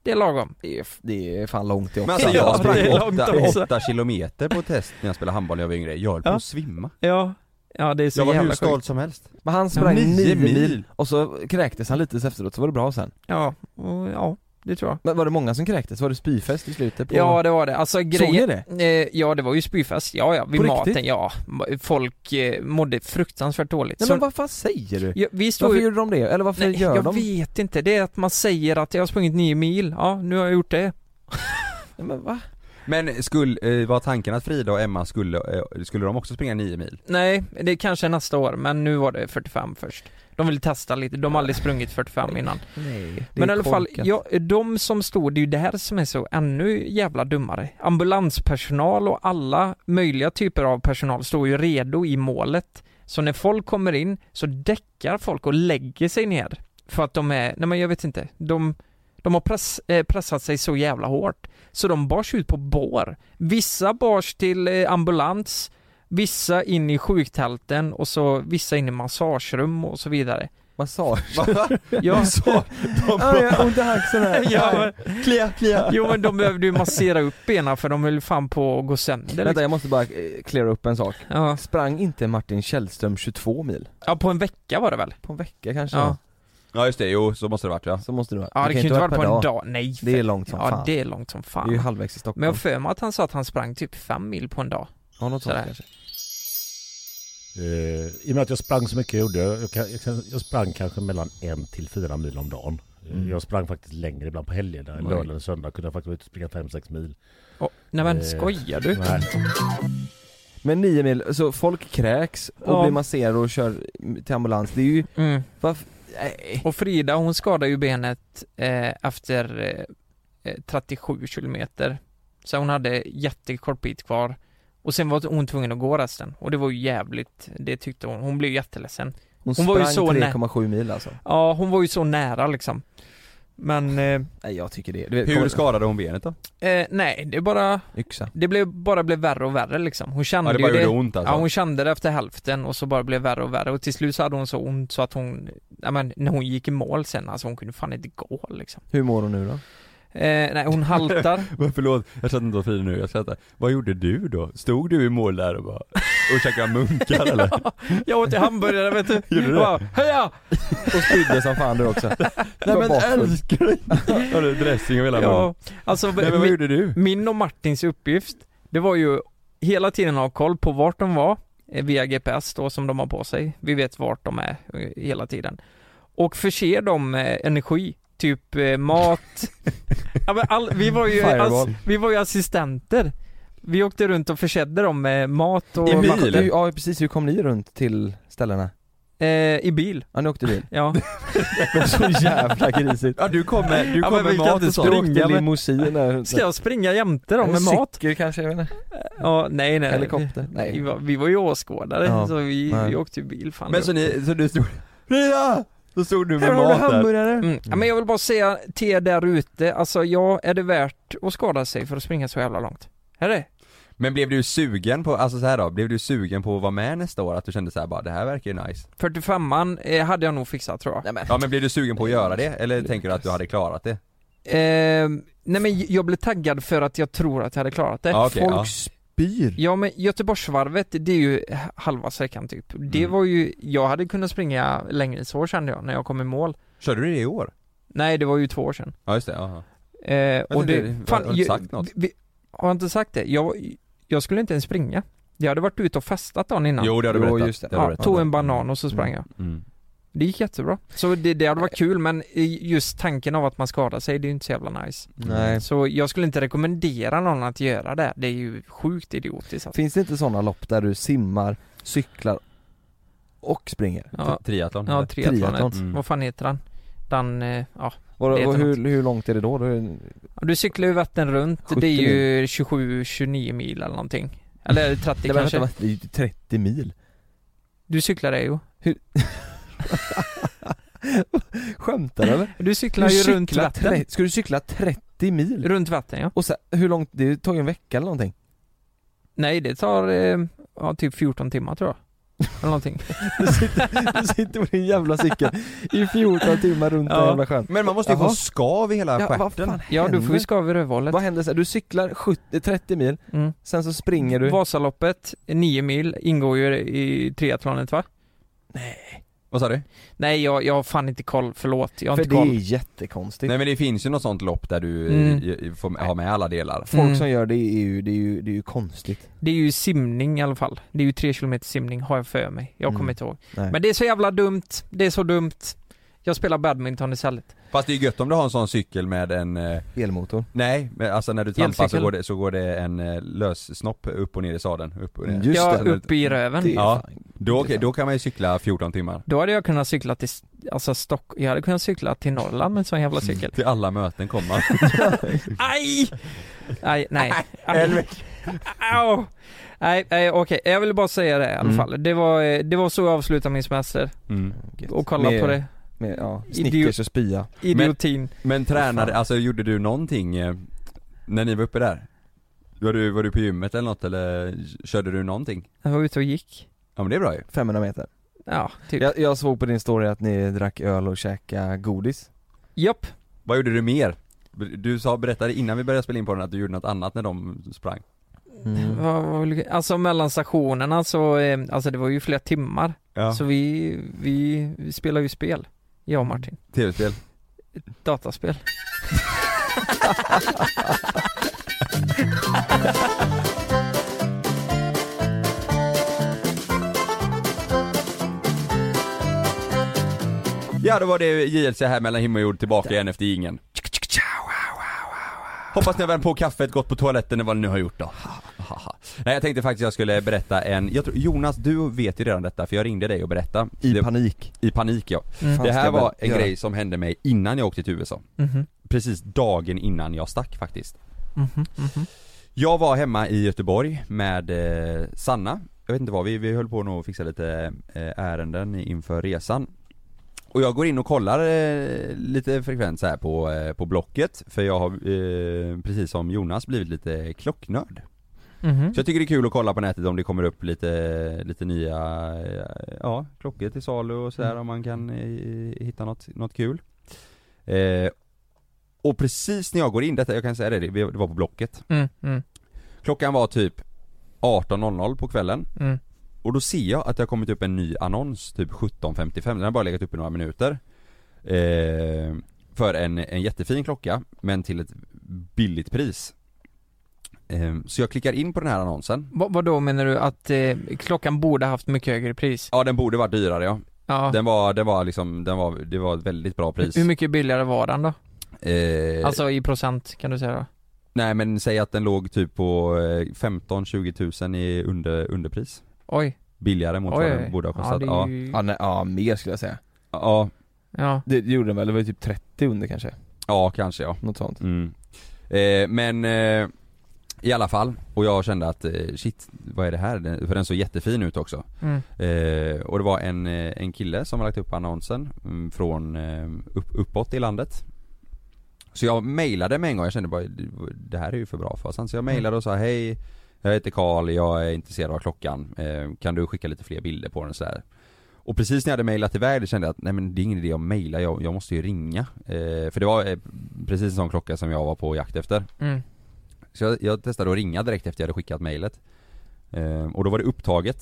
Det är lagom.
Det är, det är fan långt det
Men
också
alltså
Ja,
jag
det
sprang
är långt
åtta,
också.
åtta kilometer på test när jag spelade handboll när jag var yngre, jag höll på
Ja.
att svimma
Ja. Ja det är så
Jag var hur
jävla sjukt.
stolt som helst
Men han sprang
Nio
nio
mil.
mil och så kräktes han lite så efteråt så var det bra sen
mm, Ja, och, ja. det tror jag.
Men var det många som kräktes? Var det spyfest i slutet på...
Ja det var det, alltså grejen,
Såg ni
det? Eh, ja det var ju spyfest, ja ja, vid
På
maten,
riktigt?
ja. Folk eh, mådde fruktansvärt dåligt.
Nej
Så-
men vad fan säger du?
Ja, vi står
varför
ju-
gjorde de det? Eller varför
Nej,
gör
jag
de?
vet inte, det är att man säger att jag har sprungit nio mil, ja nu har jag gjort det. men va?
Men skulle, eh, var tanken att Frida och Emma skulle, eh, skulle de också springa nio mil?
Nej, det är kanske nästa år, men nu var det 45 först. De ville testa lite, de har aldrig sprungit 45 innan.
Nej,
Men i alla fall, ja, de som står, det är ju det här som är så ännu jävla dummare. Ambulanspersonal och alla möjliga typer av personal står ju redo i målet. Så när folk kommer in så däckar folk och lägger sig ner. För att de är, nej men jag vet inte, de, de har press, eh, pressat sig så jävla hårt. Så de bars ut på bår. Vissa bars till eh, ambulans, vissa in i sjuktälten och så vissa in i massagerum och så vidare.
Massage?
Ja.
Ja, jag har ont i axeln här.
Ja,
Klia, klia.
Jo men de behövde ju massera upp benen för de höll fan på att gå sönder
Vänta
liksom.
jag måste bara eh, cleara upp en sak.
ja.
Sprang inte Martin Källström 22 mil?
ja, på en vecka var det väl?
På en vecka kanske?
Ja,
Ja just det, jo så måste det varit ja.
Så måste det vara.
ja det, kan ju inte vara på en dag, nej
Det är långt som
Ja
fan.
det är långt som
Det är ju
fan
halvvägs i
Men
Stockholm.
jag har för mig att han sa att han sprang typ fem mil på en dag
Ja, något sånt
Sådär.
kanske.
Eh, I och med att jag sprang så mycket jag gjorde, jag, kan- jag, kan- jag sprang kanske mellan en till fyra mil om dagen. Eh,
Mm.
Jag sprang faktiskt längre ibland på helgerna,
Oj.
lördag och söndag kunde jag faktiskt vara ute och springa fem sex mil.
Åh, Nej men
Eh,
skojar du?
Nej.
Men 9 mil, så folk kräks och
Ja.
blir masserade och kör till ambulans. Det är ju,
Mm.
varför? Nej.
Och Frida hon skadade ju benet eh, efter eh, eh, 37 kilometer Så hon hade jättekort bit kvar Och sen var hon tvungen att gå resten och det var ju jävligt, det tyckte hon, hon blev ju jätteledsen
Hon,
Hon
sprang
var ju så nä-
3,7 mil alltså.
Ja, hon var ju så nära liksom. Men, eh,
Nej jag tycker det. Du vet,
Hur
kommer-
skadade hon benet då?
eh, nej, det bara,
Yxa.
det blev, bara blev värre och värre liksom. Hon kände
Ja det
ju
bara
det.
gjorde ont alltså.
Ja, hon kände det efter hälften och så bara blev värre och värre och till slut så hade hon så ont så att hon, ja men när hon gick i mål sen alltså hon kunde fan inte gå liksom.
Hur mår hon nu då?
Eh, nej, hon haltar.
Men förlåt, jag satt inte åt Frida nu, jag skrattar. Vad gjorde du då? Stod du i mål där och bara, och käkade munkar eller?
Jag åt hamburgare vet du.
Gjorde du
Jag bara, Heja!
Och spydde som fan du också. Nej men
älskar dig! Har du dressing över hela munnen?
Ja, alltså
Nej men vad gjorde du?
Min och Martins uppgift, det var ju hela tiden ha koll på vart de var eh, via GPS då som de har på sig. Vi vet vart de är eh, hela tiden. Och förse dem med energi, typ eh, mat. ja, men all, vi, var ju,
Fireball.
vi var ju assistenter. Vi åkte runt och försedde dem med mat och
I bil?
vatten.
Du, ja precis, hur kom ni runt till ställena?
Eh, I bil,
Ja ni åkte bil.
ja.
Det var så jävla grisigt.
Ja du kom med, du
Ja,
kom
men vi
med
kan
mat
inte
och
Du
sånt.
springa.
åkte
Ja, men-
limousiner.
Ska jag springa jämte dem med mat?
Cykel kanske, jag vet inte.
Ja, nej nej. nej.
Helikopter?
Vi
Nej.
var, vi var ju åskådare,
Ja.
så vi,
Nej.
vi åkte ju bil fan.
Men
Det
så ni, så du stod, Frida! Så stod du
Här
med
har du
mat där.
hamburgare!
Mm. Ja, men jag vill bara säga till er där ute, alltså ja, är det värt att skada sig för att springa så jävla långt? Är det?
Men blev du sugen på, alltså så här då, blev du sugen på att vara med nästa år? Att du kände så här bara, det här verkar ju nice?
45an eh, hade jag nog fixat tror jag. Nej men,
Ja men blev du sugen på att göra det? Eller tänker du att du hade klarat det?
eh, nej, men jag blev taggad för att jag tror att jag hade klarat det.
Ja, okej,
Folk-
ja.
Spyr?
ja men Göteborgsvarvet, det är ju halva sträckan typ. Det
Mm.
var ju, jag hade kunnat springa längre än så år kände jag när jag kom i mål.
Körde du det i år?
Nej det var ju två år sedan.
Ja just det, aha.
Eh, och
inte,
det,
har- har du
ju-
sagt något?
Vi, har jag inte sagt det? Jag, jag skulle inte ens springa. Jag hade varit ute och festat dagen innan.
Jo det har du
Jo,
berättat.
just det.
har du
Ja,
berättat.
tog en banan och så sprang jag.
Mm.
Det gick jättebra. Så det, det hade varit kul men just tanken av att man skadar sig, det är ju inte så jävla nice.
Nej.
Så jag skulle inte rekommendera någon att göra det. Det är ju sjukt idiotiskt alltså.
Finns det inte sådana lopp där du simmar, cyklar och springer?
Ja, Mm.
Triathlon?
Typ ja
eller?
triathlonet.
Triathlon.
Vad fan heter den? Den, eh, ja.
Var,
Det heter
och hur, hur långt är det då? då är det,
Du cyklar ju vatten runt. Det är
70
ju 27-29 mil eller någonting. Eller är det 30
det,
kanske?
var, det är ju 30 mil.
Du cyklar det ju.
Skämtar du eller?
Du cyklar ju runt vatten.
tre- Ska du cykla 30 mil?
Runt vatten ja.
Och sen, hur långt, det tar ju en vecka eller någonting.
Nej det tar, eh, ja typ 14 timmar tror jag. Eller någonting.
Du sitter, du sitter på din jävla cykel i 14 timmar runt
Ja.
den jävla sjön.
Men man måste ju
Jaha.
få skav i hela
Ja, vad
stjärten.
fan
Ja du får ju
händer?
skav i rövhålet.
Vad händer sen? Du cyklar 70, 30 mil,
Mm.
sen så springer du
Vasaloppet, 9 mil, ingår ju i triathlonet va?
Vad sa du?
Nej jag, jag har fan inte koll, förlåt. Jag har inte koll.
jättekonstigt.
Nej men det finns ju något sånt lopp där du
Mm.
eh, ju- får ha med alla delar.
Folk som gör det är ju, det är ju, det är ju konstigt.
Det är ju simning i alla fall. Det är ju tre kilometer simning har jag för mig. Jag
Mm.
kommer inte ihåg.
Nej.
Men det är så jävla dumt, det är så dumt. Jag spelar badminton istället.
Fast det är ju gött om du har en sån cykel med en... eh,
Elmotor.
Nej, men alltså när du trampar så
Elcykel.
går, det, så går det en eh, lös snopp upp och ner i sadeln. Upp och ner.
Just Ja,
Så-
upp i röven. Det är
Ja,
fan-
då, okej, då kan man ju cykla 14 timmar.
Då hade jag kunnat cykla till, alltså Stock... jag hade kunnat cykla till Norrland med en sån jävla cykel.
Till alla möten kommer
Aj! Aj, nej. Aj. Au. Nej, nej, okej. Jag ville bara säga det i alla
Mm.
fall. Det var, eh, det var så jag avslutade min semester.
Mm.
Och kolla
Med-
på det.
Med, ja,
Idiot-
Snickers och spya.
Idiotin.
Men, men tränade, alltså gjorde du någonting eh, när ni var uppe där? Var du, var du på gymmet eller något eller körde du någonting?
Jag var ute och gick.
Ja men det är bra ju.
500 meter.
Ja, typ.
Jag, jag såg på din story att ni drack öl och käkade godis.
Japp.
Vad gjorde du mer? Du sa, berättade innan vi började spela in på den att du gjorde något annat när de sprang.
Vad- vad vill jag- Alltså mellan stationerna så, eh, alltså det var ju flera timmar.
Ja.
Så vi, vi, vi spelar ju spel. Jag och Martin.
Tv-spel.
Dataspel.
Ja då var det JLC här mellan himmel och jord tillbaka igen efter ingen. Hoppas ni har värmt på kaffet, gått på toaletten eller vad ni nu har gjort då. Nej jag tänkte faktiskt jag skulle berätta en, jag tror, Jonas du vet ju redan detta för jag ringde dig och berättade.
I
Det-
panik.
I panik ja.
Mm.
Det
Fan, ska
här
jag väl
var en
göra.
grej som hände mig innan jag åkte till USA.
Mhm.
Precis dagen innan jag stack faktiskt.
Mhm, mhm.
Jag var hemma i Göteborg med eh, Sanna, jag vet inte vad, vi, vi höll på nog att fixa lite eh, ärenden inför resan Och jag går in och kollar eh, lite frekvent så här på, eh, på Blocket, för jag har eh, precis som Jonas blivit lite klocknörd
Mhm.
Så jag tycker det är kul att kolla på nätet om det kommer upp lite, lite nya, eh, ja, klockor till salu och sådär om man kan eh, hitta något, något kul eh, Och precis när jag går in, detta, jag kan säga det, det det var på Blocket
Mm, mm,
Klockan var typ 18.00 på kvällen
mm.
och då ser jag att det har kommit upp en ny annons, typ 17.55, den har bara legat uppe några minuter eh, För en, en jättefin klocka, men till ett billigt pris eh, Så jag klickar in på den här annonsen
Vad, vadå menar du att eh, klockan borde haft mycket högre pris?
Ja den borde varit dyrare ja,
Ja.
Den var, den var liksom, den var, det var ett väldigt bra pris
Hur mycket billigare var den då?
eh,
Alltså i procent kan du säga då?
Nej men säg att den låg typ på 15-20 tusen i under, underpris
Oj.
Billigare mot
Oj,
vad
oj,
den
oj.
borde ha
Ja,
kostat,
det är
ja,
ju-
Ja, nej, ja mer skulle jag säga.
ja.
Ja.
Det gjorde den väl, det var ju typ 30 under kanske.
Ja, kanske ja.
Något sånt.
Mm. Eh, men eh, i alla fall, och jag kände att eh, shit, vad är det här? Den, för den såg jättefin ut också.
Mm.
Eh, och det var en, eh, en kille som har lagt upp annonsen mm, från eh, upp, uppåt i landet. Så jag mejlade med en gång, jag kände bara det här är ju för bra för oss. Så jag mejlade och sa hej, jag heter Karl, jag är intresserad av klockan. Eh, kan du skicka lite fler bilder på den så här? Och precis när jag hade mejlat iväg det kände jag att nej men det är ingen idé att mejla, jag, jag måste ju ringa. Eh, för det var eh, precis en sån klocka som jag var på jakt efter.
Mm.
Så jag, jag testade att ringa direkt efter jag hade skickat mejlet. Eh, och då var det upptaget.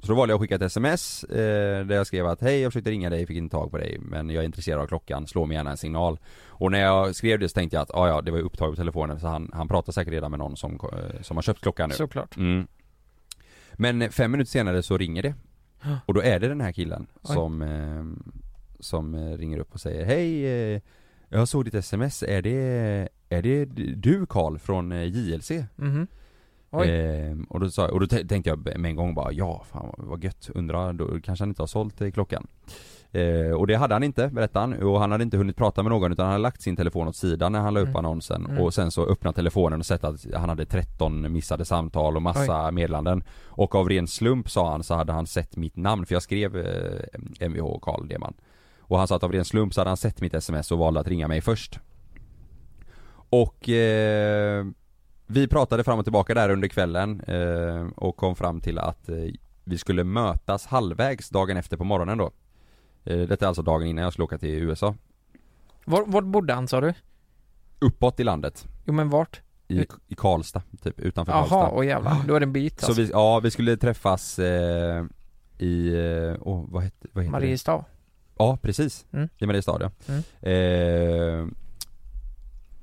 Så då valde jag att skicka ett sms eh, där jag skrev att hej jag försökte ringa dig, fick inte tag på dig men jag är intresserad av klockan, slå mig gärna en signal. Och när jag skrev det så tänkte jag att ah, ja det var ju upptaget på telefonen så han, han pratar säkert redan med någon som, eh, som har köpt klockan nu.
Såklart.
Mm. Men fem minuter senare så ringer det. Och då är det den här killen
Oj.
som, eh, som eh, ringer upp och säger Hej, eh, jag såg ditt sms, är det, är det du Karl från eh, JLC?
Mhm. Oj.
Eh, och då, sa, och då tä- tänkte jag med en gång bara ja, fan vad- vad gött, undrar, då kanske han inte har sålt eh, klockan. Eh, och det hade han inte, berättade han, och han hade inte hunnit prata med någon utan han hade lagt sin telefon åt sidan när han la upp
Mm.
annonsen
Mm.
och sen så öppnade telefonen och sett att han hade 13 missade samtal och massa meddelanden. Och av ren slump sa han så hade han sett mitt namn, för jag skrev eh, MVH Karl Deman. Och han sa att av ren slump så hade han sett mitt sms och valde att ringa mig först. Och eh, vi pratade fram och tillbaka där under kvällen eh, och kom fram till att eh, vi skulle mötas halvvägs dagen efter på morgonen då. Eh, detta är alltså dagen innan jag skulle åka till USA.
Var, vart bodde han sa du?
Uppåt i landet.
Jo men vart?
I, i Karlstad, typ utanför
Jaha,
Karlstad.
och jävlar. Då är det en bit
Så
alltså.
vi, ja vi skulle träffas eh, i, eh, åh vad hette, vad heter
Mariestad.
Det? Ja precis,
Mm.
i Mariestad ja. Eh,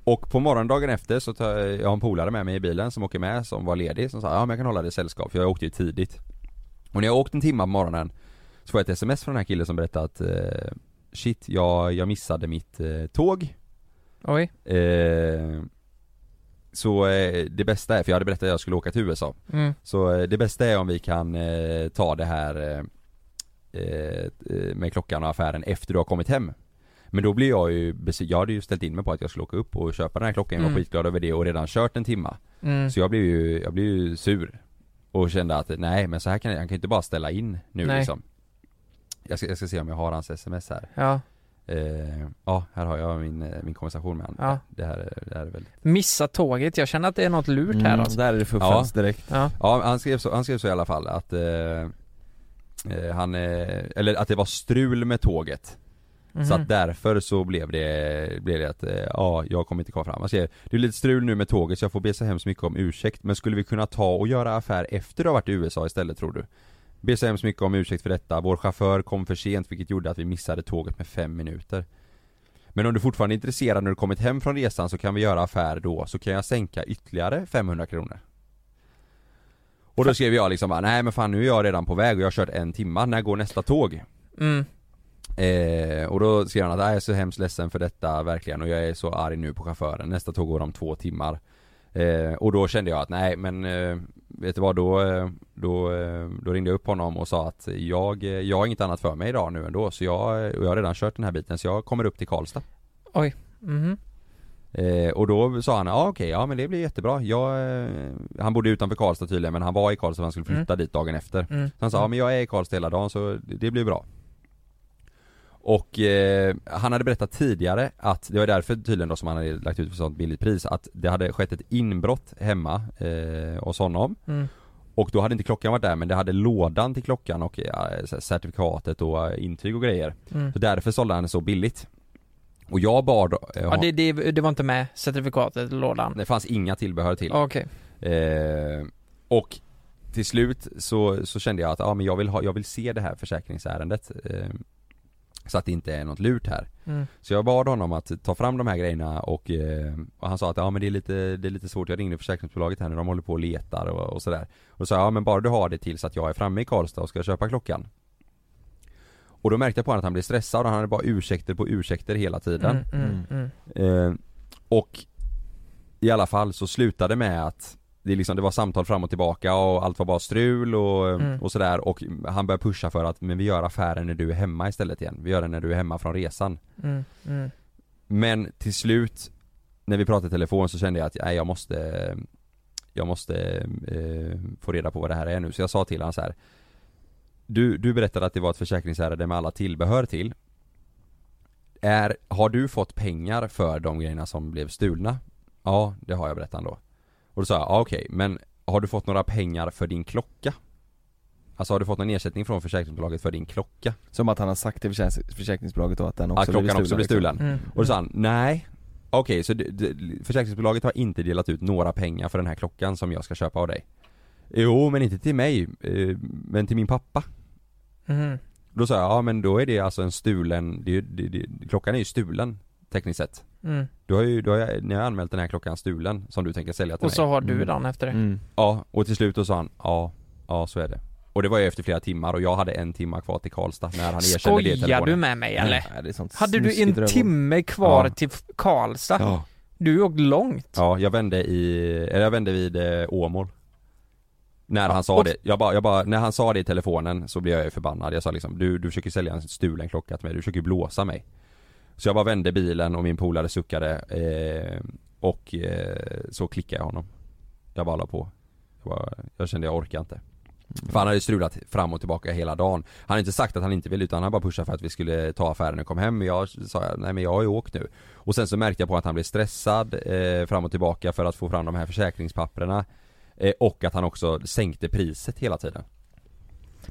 och på morgondagen efter så tar jag, jag har en polare med mig i bilen som åker med som var ledig som sa ja men jag kan hålla dig sällskap för jag åkte ju tidigt. Och när jag åkte en timme på morgonen så får jag ett sms från den här killen som berättade att eh, shit jag, jag missade mitt eh, tåg.
Oj.
Eh, så eh, det bästa är, för jag hade berättat att jag skulle åka till USA.
Mm.
Så eh, det bästa är om vi kan eh, ta det här eh, eh, med klockan och affären efter du har kommit hem. Men då blir jag ju bes- jag hade ju ställt in mig på att jag skulle åka upp och köpa den här klockan, jag var
Mm.
skitglad över det och redan kört en timma.
Mm.
Så jag blev ju, jag blev ju sur. Och kände att nej men så här kan jag, han kan ju inte bara ställa in nu
Nej.
liksom. Jag ska, jag ska se om jag har hans sms här.
Ja.
Eh, ja, här har jag min, eh, min konversation med honom.
Ja.
Det, här, är- det här är väldigt
Missa tåget, jag känner att det är något lurt här
Mm.
alltså.
ja.
Ja.
Ja, han, skrev så, han skrev så i alla fall att eh, eh, han, eh, eller att det var strul med tåget Så
Mhm.
att därför så blev det, blev det att, eh, ja jag kommer inte komma fram. Han skrev, det är lite strul nu med tåget så jag får be så hemskt mycket om ursäkt men skulle vi kunna ta och göra affär efter du har varit i USA istället tror du? Ber så hemskt mycket om ursäkt för detta, vår chaufför kom för sent vilket gjorde att vi missade tåget med fem minuter. Men om du fortfarande är intresserad när du kommit hem från resan så kan vi göra affär då, så kan jag sänka ytterligare 500 kronor. Och då skrev jag liksom bara, nej men fan nu är jag redan på väg och jag har kört en timma, när går nästa tåg?
Mm.
Eh, och då skrev han att "Nej, jag är så hemskt ledsen för detta verkligen och jag är så arg nu på chauffören, nästa tåg går om två timmar. Eh, och då kände jag att nej men eh, vet du vad då, eh, då, eh, då ringde jag upp honom och sa att jag, eh, jag har inget annat för mig idag nu ändå så jag, eh, och jag har redan kört den här biten så jag kommer upp till Karlstad.
Oj. Mhm.
Eh, och då sa han, ja okej, ja men det blir jättebra. Jag, eh, han bodde utanför Karlstad tydligen men han var i Karlstad för han skulle flytta dit dagen efter.
Mm.
Så han sa, ja men jag är i Karlstad hela dagen så det det blir bra. Och eh, han hade berättat tidigare att, det var därför tydligen då som han hade lagt ut för sånt billigt pris, att det hade skett ett inbrott hemma eh, hos honom.
Mm.
Och då hade inte klockan varit där men det hade lådan till klockan och ja, certifikatet och eh, intyg och grejer.
Mm.
Så därför sålde han det så billigt. Och jag bad eh,
Ja, det, det, det var inte med certifikatet i lådan.
det fanns inga tillbehör till.
Okej.
Eh, och till slut så, så kände jag att ah, men jag, vill ha, jag vill se det här försäkringsärendet. Eh, så att det inte är något lurt här.
Mm.
Så jag bad honom att ta fram de här grejerna och, eh, och han sa att ja men det är, lite, det är lite svårt, jag ringde försäkringsbolaget här nu, de håller på och letar och, och sådär. Och då sa jag, ja men bara du har det tills att jag är framme i Karlstad och ska köpa klockan. Och då märkte jag på honom att han blev stressad och han hade bara ursäkter på ursäkter hela tiden.
Mm, mm, mm.
Eh, och i alla fall så slutade med att det, liksom, det var samtal fram och tillbaka och allt var bara strul och, eh,
Mm.
och sådär och han började pusha för att men vi gör affären när du är hemma istället igen. Vi gör den när du är hemma från resan.
Mm, mm.
Men till slut när vi pratade i telefon så kände jag att nej, jag måste Jag måste eh, få reda på vad det här är nu så jag sa till honom så här. Du, du berättade att det var ett försäkringsärende med alla tillbehör till är, Har du fått pengar för de grejerna som blev stulna? Ja, det har jag berättat han då Och då sa jag, ja, okej men har du fått några pengar för din klocka? Alltså har du fått någon ersättning från försäkringsbolaget för din klocka?
Som att han har sagt till försäkrings- försäkringsbolaget då att den
att
också
klockan också blir
liksom.
stulen.
mm,
Och då sa han, nej. Okej, så det, det, försäkringsbolaget har inte delat ut några pengar för den här klockan som jag ska köpa av dig? Jo, men inte till mig, eh, men till min pappa.
Mhm.
Då sa jag, ja men då är det alltså en stulen, det, är ju- det, det, klockan är ju stulen tekniskt sett.
Mm.
Du har ju, du har, ni har anmält den här klockan stulen som du tänker sälja till
Och
mig.
så har du den efter
liksom.
Mm.
det.
Mm.
Ja, och till slut då sa han, ja, ja så är det. Och det var ju efter flera timmar och jag hade en timma kvar till Karlstad när han erkände det i
Skojar
telefonen.
du med mig eller?
Nej, det är sånt
Hade du en
snuskigt dröm.
timme kvar
Ja.
till F- Karlstad?
Ja.
Du har ju åkt långt.
Ja, jag vände i, eller jag vände vid eh, Åmål När han sa
och-
det, jag bara, jag bara, när han sa det i telefonen så blev jag ju förbannad Jag sa liksom, du, du försöker sälja en stulen klocka till mig, du försöker ju blåsa mig Så jag bara vände bilen och min polare suckade eh, Och eh, så klickade jag honom Jag bara la på Jag, bara, jag kände jag orkar inte för han hade ju strulat fram och tillbaka hela dagen Han hade inte sagt att han inte ville utan han bara pushade för att vi skulle ta affären och kom hem Men jag sa nej men jag har ju åkt nu Och sen så märkte jag på att han blev stressad eh, fram och tillbaka för att få fram de här försäkringspapperna eh, Och att han också sänkte priset hela tiden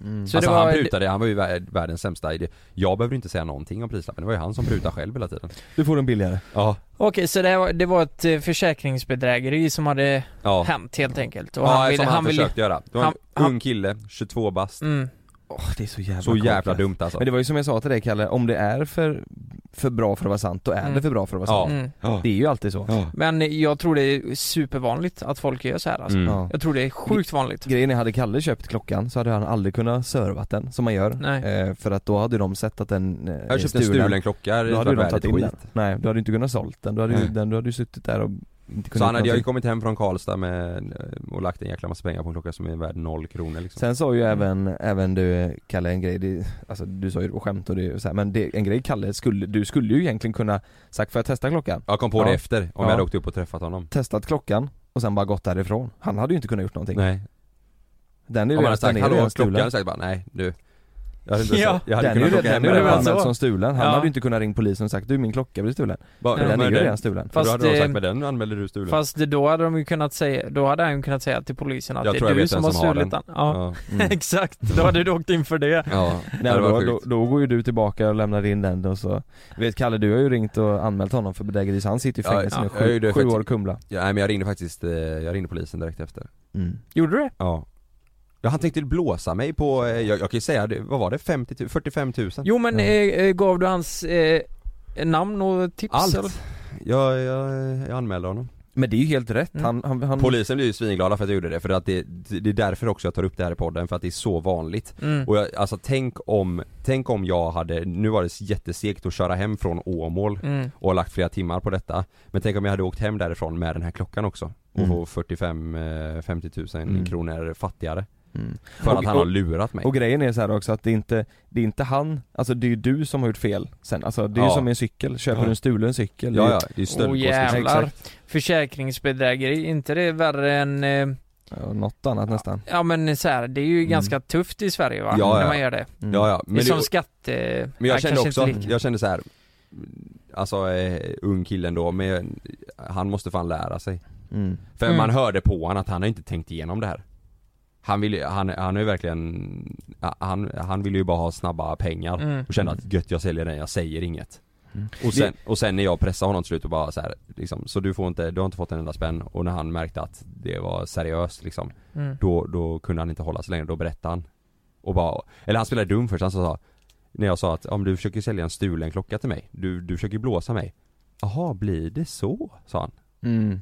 Så
alltså
det var-
han prutade, han var ju vär- världens sämsta idé Jag behöver inte säga någonting om prislappen, det var ju han som prutade själv hela tiden
Du får den billigare
Ja
Okej, så det var, det var ett eh, försäkringsbedrägeri som hade
Ja.
hänt helt enkelt?
ja, han, som han,
ville-
försökte göra. Det var
han-
en ung kille, 22 bast
Mm.
Åh, det är så jävla
Så jävla
korkat.
dumt alltså.
Men det var ju som jag sa till dig Kalle, om det är för, för bra för att vara sant, då är
Mm.
det för bra för att
Ja.
vara sant.
Mm.
Det är ju alltid så.
Men jag tror det är supervanligt att folk gör så här alltså.
Mm. Ja.
Jag tror det är sjukt vanligt.
Grejen är, hade Kalle köpt klockan så hade han aldrig kunnat servat den som man gör.
Nej.
Eh, för att då hade ju de sett att den eh,
Jag har köpt en stulen klocka, det är
Då
klart
hade ju de
värdet
tagit
är
in
skit.
den. Nej, då hade du inte kunnat sålt den. Då hade, ju,
Nej.
den, då hade du suttit där och inte kunnat
Så han
göra
hade jag ju
någonting.
kommit hem från Karlstad med, eh, och lagt en jäkla massa pengar på en klocka som är värd noll kronor liksom.
Sen sa ju även, även du Kalle en grej, det, alltså du sa ju det på skämt och det är så här, men det, en grej Kalle, skulle, du skulle ju egentligen kunna sagt får jag testa klockan?
Jag kom på det efter, om jag hade åkt upp och träffat honom.
Testat klockan och sen bara gått därifrån. Han hade ju inte kunnat gjort någonting.
Nej.
Den är
Om
ju
man hade
redan-
sagt
den är ju
hallå
redan
klockan,
stulen.
hade jag sagt bara nej du. Jag hade, inte-
Ja.
jag hade
den är ju
kunnat åka
redan,
hem
den är ju
med
redan
den.
använd som stulen. Han
Ja.
hade ju inte kunnat ringa polisen och sagt du min klocka blev stulen.
Bara,
För den är
men
ju
det-
redan stulen.
För då hade de
Fast,
sagt
eh,
med den anmälde du stulen.
Fast då hade de ju kunnat säga, då hade han ju kunnat säga till polisen att
Jag
det
tror
är
jag
du
vet
som
vem
har
som har
stulit den.
den.
Ja,
Ja. Mm.
exakt. Då hade du åkt in för det.
Nej, då, då, då går ju du tillbaka och lämnar in den och så Du vet Kalle du har ju ringt och anmält honom för bedrägeri så han sitter i fängelse nu,
jag
sju,
gjorde
sju
faktiskt-
år Kumla
Ja, nej men jag ringde faktiskt, eh, jag ringde polisen direkt efter
Mm.
Gjorde du det?
Ja Ja han tänkte blåsa mig på, eh, jag, jag kan ju säga, det- vad var det? 50 000, 45 000?
Jo men eh, eh, gav du hans eh, namn och tips eller?
Allt! Jag, jag, jag anmälde honom
Men det är ju helt rätt,
Mm.
han, han, han
Polisen blev ju svinglada för att jag gjorde det, för att det, det är därför också jag tar upp det här i podden, för att det är så vanligt
Mm.
Och jag, alltså tänk om, tänk om jag hade, nu var det jättesegt att köra hem från Åmål
Mm.
och lagt flera timmar på detta Men tänk om jag hade åkt hem därifrån med den här klockan också och
Mm.
få 45-50 000
Mm.
kronor fattigare
Mm.
För
Och-
att han har
och-
lurat mig
Och grejen är så här också att det är inte, det är inte han, alltså det är ju du som har gjort fel sen, alltså det är ju
Ja.
som en cykel, köper
Ja.
du en stulen cykel
Ja,
ju-
ja, det är ju
Åh jävlar.
Exakt.
Försäkringsbedrägeri, inte det är värre än eh,
Ja, Något annat nästan
Ja men så här, det är ju ganska tufft i Sverige va?
Mm. Ja,
när
ja.
man gör det.
Mm.
Ja, ja. Men
Men det är
det-
som skatte...
Men jag
Ja,
kände
kanske
också,
inte lika.
jag kände så här Alltså eh, ung killen då, men han måste fan lära sig
Mm.
För
Mm.
man hörde på honom att han har inte tänkt igenom det här Han vill ju, han, han är ju verkligen han, han vill ju bara ha snabba pengar
Mm.
och kände att gött jag säljer den, jag säger inget
Mm.
och sen, och sen när jag pressade honom till slut och bara så här, liksom, så du får inte, du har inte fått en enda spänn och när han märkte att det var seriöst liksom
Mm.
då, då kunde han inte hålla sig längre, då berättade han och bara, eller han spelade dum först, han sa när jag sa att om du försöker sälja en stulen klocka till mig, du, du försöker blåsa mig Jaha, blir det så? sa han
Mm.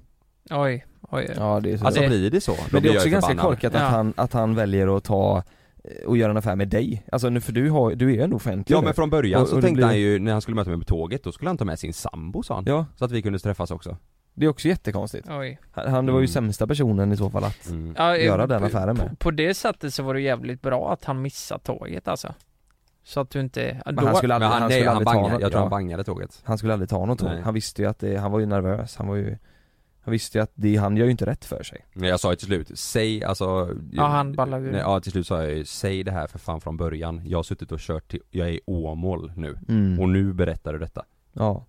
Oj, oj.
Ja det är så
Alltså blir det så, då
Men det
blir
är
jag
också
ju
ganska
förbannad.
korkat
Ja.
att, han, att han väljer att ta eh, och göra en affär med dig, alltså nu för du, har, du är ju ändå offentlig
Ja
nu.
men från början
Och-
så
och det
tänkte
blir-
han ju, när han skulle möta mig på tåget, då skulle han ta med sin sambo sa han
Ja,
Så att vi kunde träffas också
det är också jättekonstigt
Oj.
Han han var ju
Mm.
sämsta personen i så fall att
mm.
Ja, eh,
göra den affären med
På, på det sättet så var det jävligt bra att han missade tåget alltså. Så att du inte...
Men han skulle
Men
aldrig,
han,
han
nej,
skulle
han
aldrig ta
bangade,
något,
jag tror han
ja,
bangade tåget
han skulle aldrig ta något tåg.
Nej.
Han visste ju att det, han var ju nervös, han var ju Han visste ju att det, han gör ju inte rätt för sig
Nej jag sa ju till slut, säg alltså
Ja han ballade ur.
nej, Ja till slut sa jag ju, säg det här för fan från början Jag har suttit och kört till, jag är i Åmål nu
Mm.
Och nu berättar du detta,
Ja,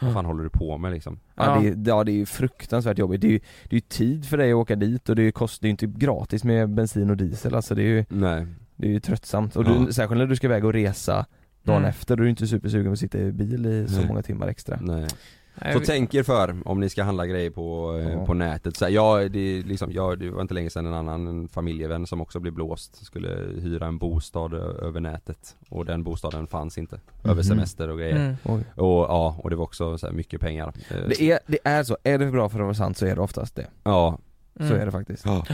vad fan håller du på med liksom?
ja. Det, är- ja det är ju fruktansvärt jobbigt, det är ju det är ju tid för dig att åka dit och det kostar ju inte gratis med bensin och diesel alltså det är ju,
Nej
det är ju tröttsamt och
Ja.
du, särskilt när du ska iväg och resa dagen
Mm.
efter, då är du inte supersugen på att sitta i bil i så
Nej.
många timmar extra
Nej.
Nej,
Så
vi-
tänk er för om ni ska handla grejer på, eh,
Ja.
på nätet. Så här, ja, det, är liksom, ja, det var inte länge sedan en annan en familjevän som också blev blåst skulle hyra en bostad ö- över nätet och den bostaden fanns inte. Över
Mhm.
semester och grejer.
Mm.
Oj.
Och ja, och det var också så här, mycket pengar. Eh,
Det är, det är så, är det för bra för att vara sant så är det oftast det,
Ja.
så
Mm.
är det faktiskt
Ja.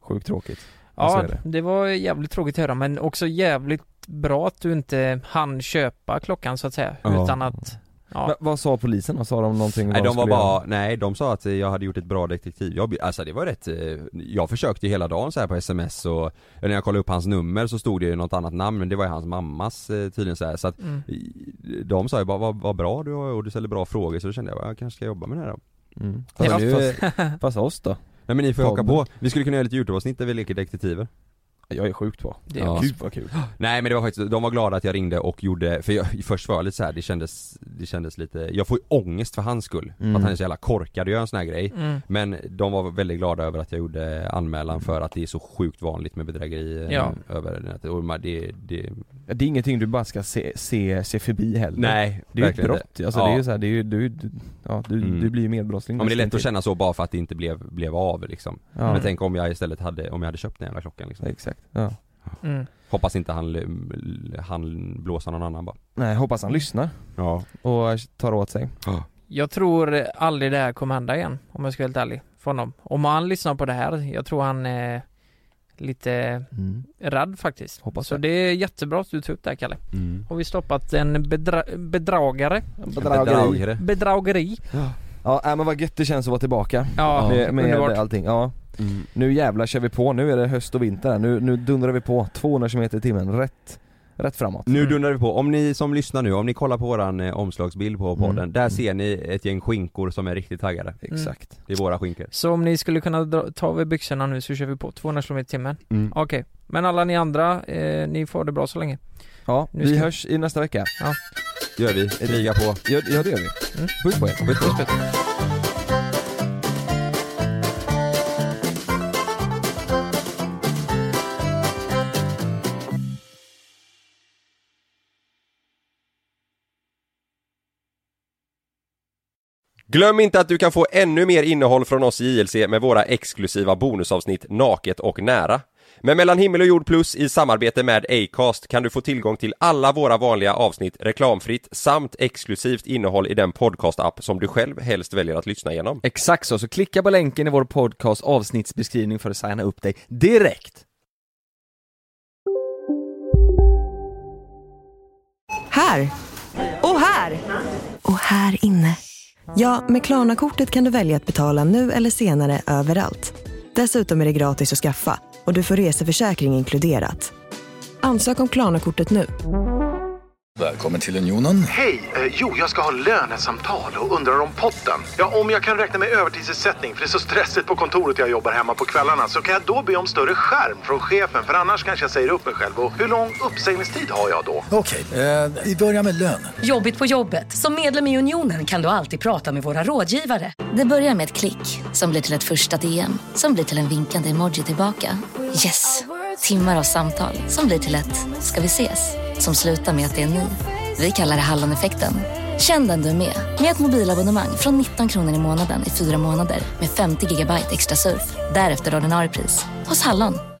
Sjukt tråkigt Men så
Ja,
är det.
det var jävligt tråkigt att höra men också jävligt bra att du inte hann köpa klockan så att säga.
Ja.
Utan att... Ja.
Men vad sa polisen då? Sa de någonting?
Nej
vad
de var
skulle göra?
bara, nej de sa att eh, jag hade gjort ett bra detektivjobb, alltså det var rätt, eh, jag försökte ju hela dagen så här på sms och när jag kollade upp hans nummer så stod det ju något annat namn men det var ju hans mammas eh, tydligen så här så att
Mm.
i- de sa ju bara vad, vad bra du har och du ställer bra frågor så då kände jag jag kanske ska jobba med det här då.
Mm.
Fast
Fast,
du-
fast, fast oss då?
Nej men ni får ju haka
Podden.
på, vi skulle kunna göra lite Youtube-avsnitt där vi leker detektiver
Jag är sjukt på.
Det
Ja.
Gud vad kul.
Nej men det var faktiskt, de var glada att jag ringde och gjorde, för jag, först var jag lite så här, det kändes, det kändes lite, jag får ju ångest för hans skull, för
Mm.
att han är så jävla korkad och gör en sån här grej
Mm.
Men de var väldigt glada över att jag gjorde anmälan för att det är så sjukt vanligt med bedrägeri eh,
Ja.
över nätet och man- det, det,
Det är ingenting du bara ska se, se, se förbi heller.
nej
Det är ju ett
verkligen
brott alltså,
ja.
det är ju så här, det är ju, du, du, ja, du,
Mm.
du blir ju medbrottsling
Ja men det är lätt
nästan
att känna så bara för att det inte blev, blev av liksom
till. ja.
Men tänk om jag istället hade, om jag hade köpt den jävla klockan liksom
Exakt, ja.
Mm.
Hoppas inte han, han blåser någon annan bara.
Nej, hoppas han lyssnar.
Ja.
Och tar åt sig.
Jag tror aldrig det här kommer hända igen om jag ska vara helt ärlig för honom. Om han lyssnar på det här, jag tror han är lite
Mm.
rädd faktiskt.
Hoppas
Så det är jättebra att du tog upp det här Kalle. Har vi stoppat en bedra- bedragare?
bedragare.
Bedrageri.
Ja, äh, men vad gött det känns att vara tillbaka.
Ja,
med, med
underbart.
allting. Ja. Nu jävlar kör vi på, nu är det höst och vinter här. Nu, nu dundrar vi på 200 km i timmen, rätt, rätt framåt.
Nu dundrar vi på, om ni som lyssnar nu, om ni kollar på våran eh, omslagsbild på podden,
Mm.
där ser ni ett gäng skinkor som är riktigt taggade
Exakt.
Det är våra skinkor
Så om ni skulle kunna dra, ta av er byxorna nu så kör vi på 200 km i timmen.
Mm.
Okej, men alla ni andra, eh, ni får det bra så länge.
Ja,
Nu
vi
ska-
hörs i nästa vecka.
Ja.
Gör vi, kriga på
Ja, ja det gör vi. Puss på er.
Mm. Puss på er. Glöm inte att du kan få ännu mer innehåll från oss i JLC med våra exklusiva bonusavsnitt Naket och nära. Med Mellan himmel och jord plus i samarbete med Acast kan du få tillgång till alla våra vanliga avsnitt reklamfritt samt exklusivt innehåll i den podcast-app som du själv helst väljer att lyssna igenom.
Exakt så, så klicka på länken i vår podcast avsnittsbeskrivning för att signa upp dig direkt.
Här! Och här! Och här inne. Ja, med Klarna-kortet kan du välja att betala nu eller senare överallt. Dessutom är det gratis att skaffa och du får reseförsäkring inkluderat. Ansök om Klarna-kortet nu.
Välkommen till Unionen.
Hej! Eh, jo, jag ska ha lönesamtal och undrar om potten. Ja, om jag kan räkna med övertidsersättning för det är så stressigt på kontoret jag jobbar hemma på kvällarna så kan jag då be om större skärm från chefen för annars kanske jag säger upp mig själv. Och hur lång uppsägningstid har jag då?
Okej, eh, vi börjar med lön.
Jobbigt på jobbet. Som medlem i Unionen kan du alltid prata med våra rådgivare.
Det börjar med ett klick som blir till ett första DM som blir till en vinkande emoji tillbaka. Yes! Timmar av samtal som blir till ett “ska vi ses?” som slutar med att det är ni. Vi kallar det Halloneffekten. Känn den du är med, med ett mobilabonnemang från 19 kronor i månaden i fyra månader med 50 gigabyte extra surf. Därefter ordinarie pris, hos Hallon.